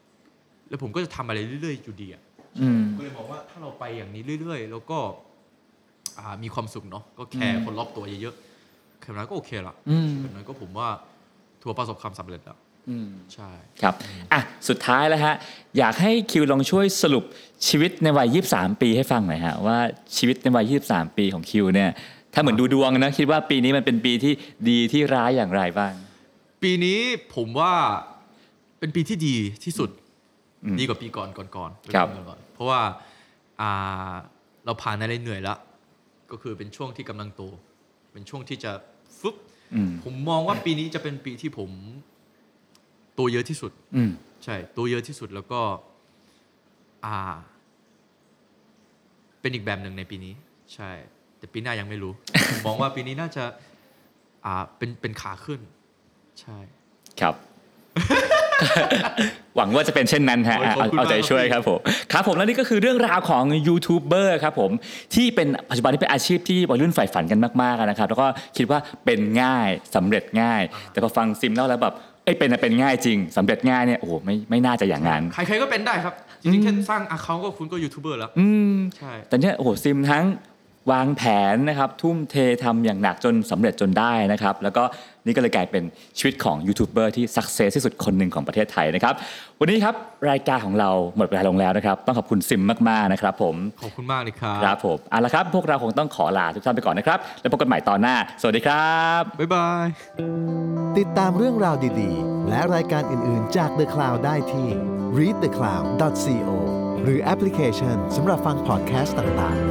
[SPEAKER 1] ๆ แล้วผมก็จะทำอะไรเรื่อยๆอยู่ดีอ่ะ
[SPEAKER 3] อืม
[SPEAKER 1] ก็เลยมองว่าถ้าเราไปอย่างนี้เรื่อยๆ แล้วก็อ่ามีความสุขเนาะก็แคร์
[SPEAKER 3] อืม
[SPEAKER 1] คนรอบตัวเยอะๆแค่นั้นก็โอเคละ
[SPEAKER 3] อืม
[SPEAKER 1] แค่นั้นก็ผมว่าทัวร์ประสบความสำเร็จแล้ว
[SPEAKER 3] อืม
[SPEAKER 1] ใช่
[SPEAKER 3] ครับ อ่ะ สุดท้ายแล้วฮะ อยากให้คิวลองช่วยสรุปชีวิตในวัย 23 ปีให้ฟังหน่อยฮะ ว่าชีวิตในวัย 23 ปีของคิวเนี่ย ถ้าเหมือนดูดวงนะ คิดว่าปีนี้มันเป็นปีที่ดีที่ร้ายอย่างไรบ้าง
[SPEAKER 1] ปีนี้ผมว่าเป็นปีที่ดีที่สุด
[SPEAKER 3] อืม
[SPEAKER 1] ดีกว่าปีก่อนก่อนก่อน
[SPEAKER 3] ครับ
[SPEAKER 1] ก่อนๆเพราะว่าอ่าเราผ่านอะไรเหนื่อยละก็คือเป็นช่วงที่กำลังโต เป็นช่วงที่จะฟึบ
[SPEAKER 3] อืม
[SPEAKER 1] ผมมองว่าปีนี้จะเป็นปีที่ผมโตเยอะที่สุด
[SPEAKER 3] อืม
[SPEAKER 1] ใช่โตเยอะที่สุดแล้วก็ อ่า เป็นอีกแบบหนึ่งในปีนี้ ใช่ แต่ปีหน้ายังไม่รู้ ผมมองว่าปีนี้น่าจะ อ่าเป็นเป็นขาขึ้น ใช่
[SPEAKER 3] ครับ หวังว่าจะเป็นเช่นนั้นฮะ
[SPEAKER 1] โอ้ย
[SPEAKER 3] อ่ะ
[SPEAKER 1] ขอบ
[SPEAKER 3] เอา
[SPEAKER 1] คุณ
[SPEAKER 3] เอาใจ
[SPEAKER 1] มากครับ
[SPEAKER 3] ช่วย
[SPEAKER 1] พี่
[SPEAKER 3] ครับผมครับผมและนี่ก็คือเรื่องราวของยูทูบเบอร์ครับผมที่เป็นปัจจุบันที่เป็นอาชีพที่วัยรุ่นใฝ่ฝันกันมากๆอะนะครับ แล้วก็คิดว่าเป็นง่ายสำเร็จง่าย แต่พอฟังซิมเล่าแล้วแบบเอ้ยเป็นอะเป็นง่ายจริงสำเร็จง่ายเนี่ยโอ้โหไม่ไม่น่าจะอย่างนั้น
[SPEAKER 1] ใครใครก็เป็นได้ครับ จริงๆแค่สร้างอาเคาก็คุณก็ยูทูบเบอร์แล้ว
[SPEAKER 3] อืม
[SPEAKER 1] ใช่
[SPEAKER 3] แต่เนี่ยโอ้โหซิมทั้งวางแผนนะครับ ทุ่มเททำอย่างหนักจนสำเร็จจนได้นะครับ แล้วก็นี่ก็เลยกลายเป็นชีวิตของยูทูบเบอร์ที่สักเซสที่สุดคนหนึ่งของประเทศไทยนะครับ วันนี้ครับรายการของเราหมดเวลาลงแล้วนะครับ ต้องขอบคุณซิมมากๆนะครับผม
[SPEAKER 1] ขอบคุณมากเลยครับ
[SPEAKER 3] ครับผมเอาละครับ พวกเราคงต้องขอลาทุกท่านไปก่อนนะครับ แล้วพบกันใหม่ตอนหน้า สวัสดีครับ
[SPEAKER 1] บ๊ายบาย
[SPEAKER 2] ติดตามเรื่องราวดีๆ และรายการอื่นๆจาก The Cloud ได้ที่ readthecloud.co หรือแอปพลิเคชันสำหรับฟังพอดแคสต์ต่างๆ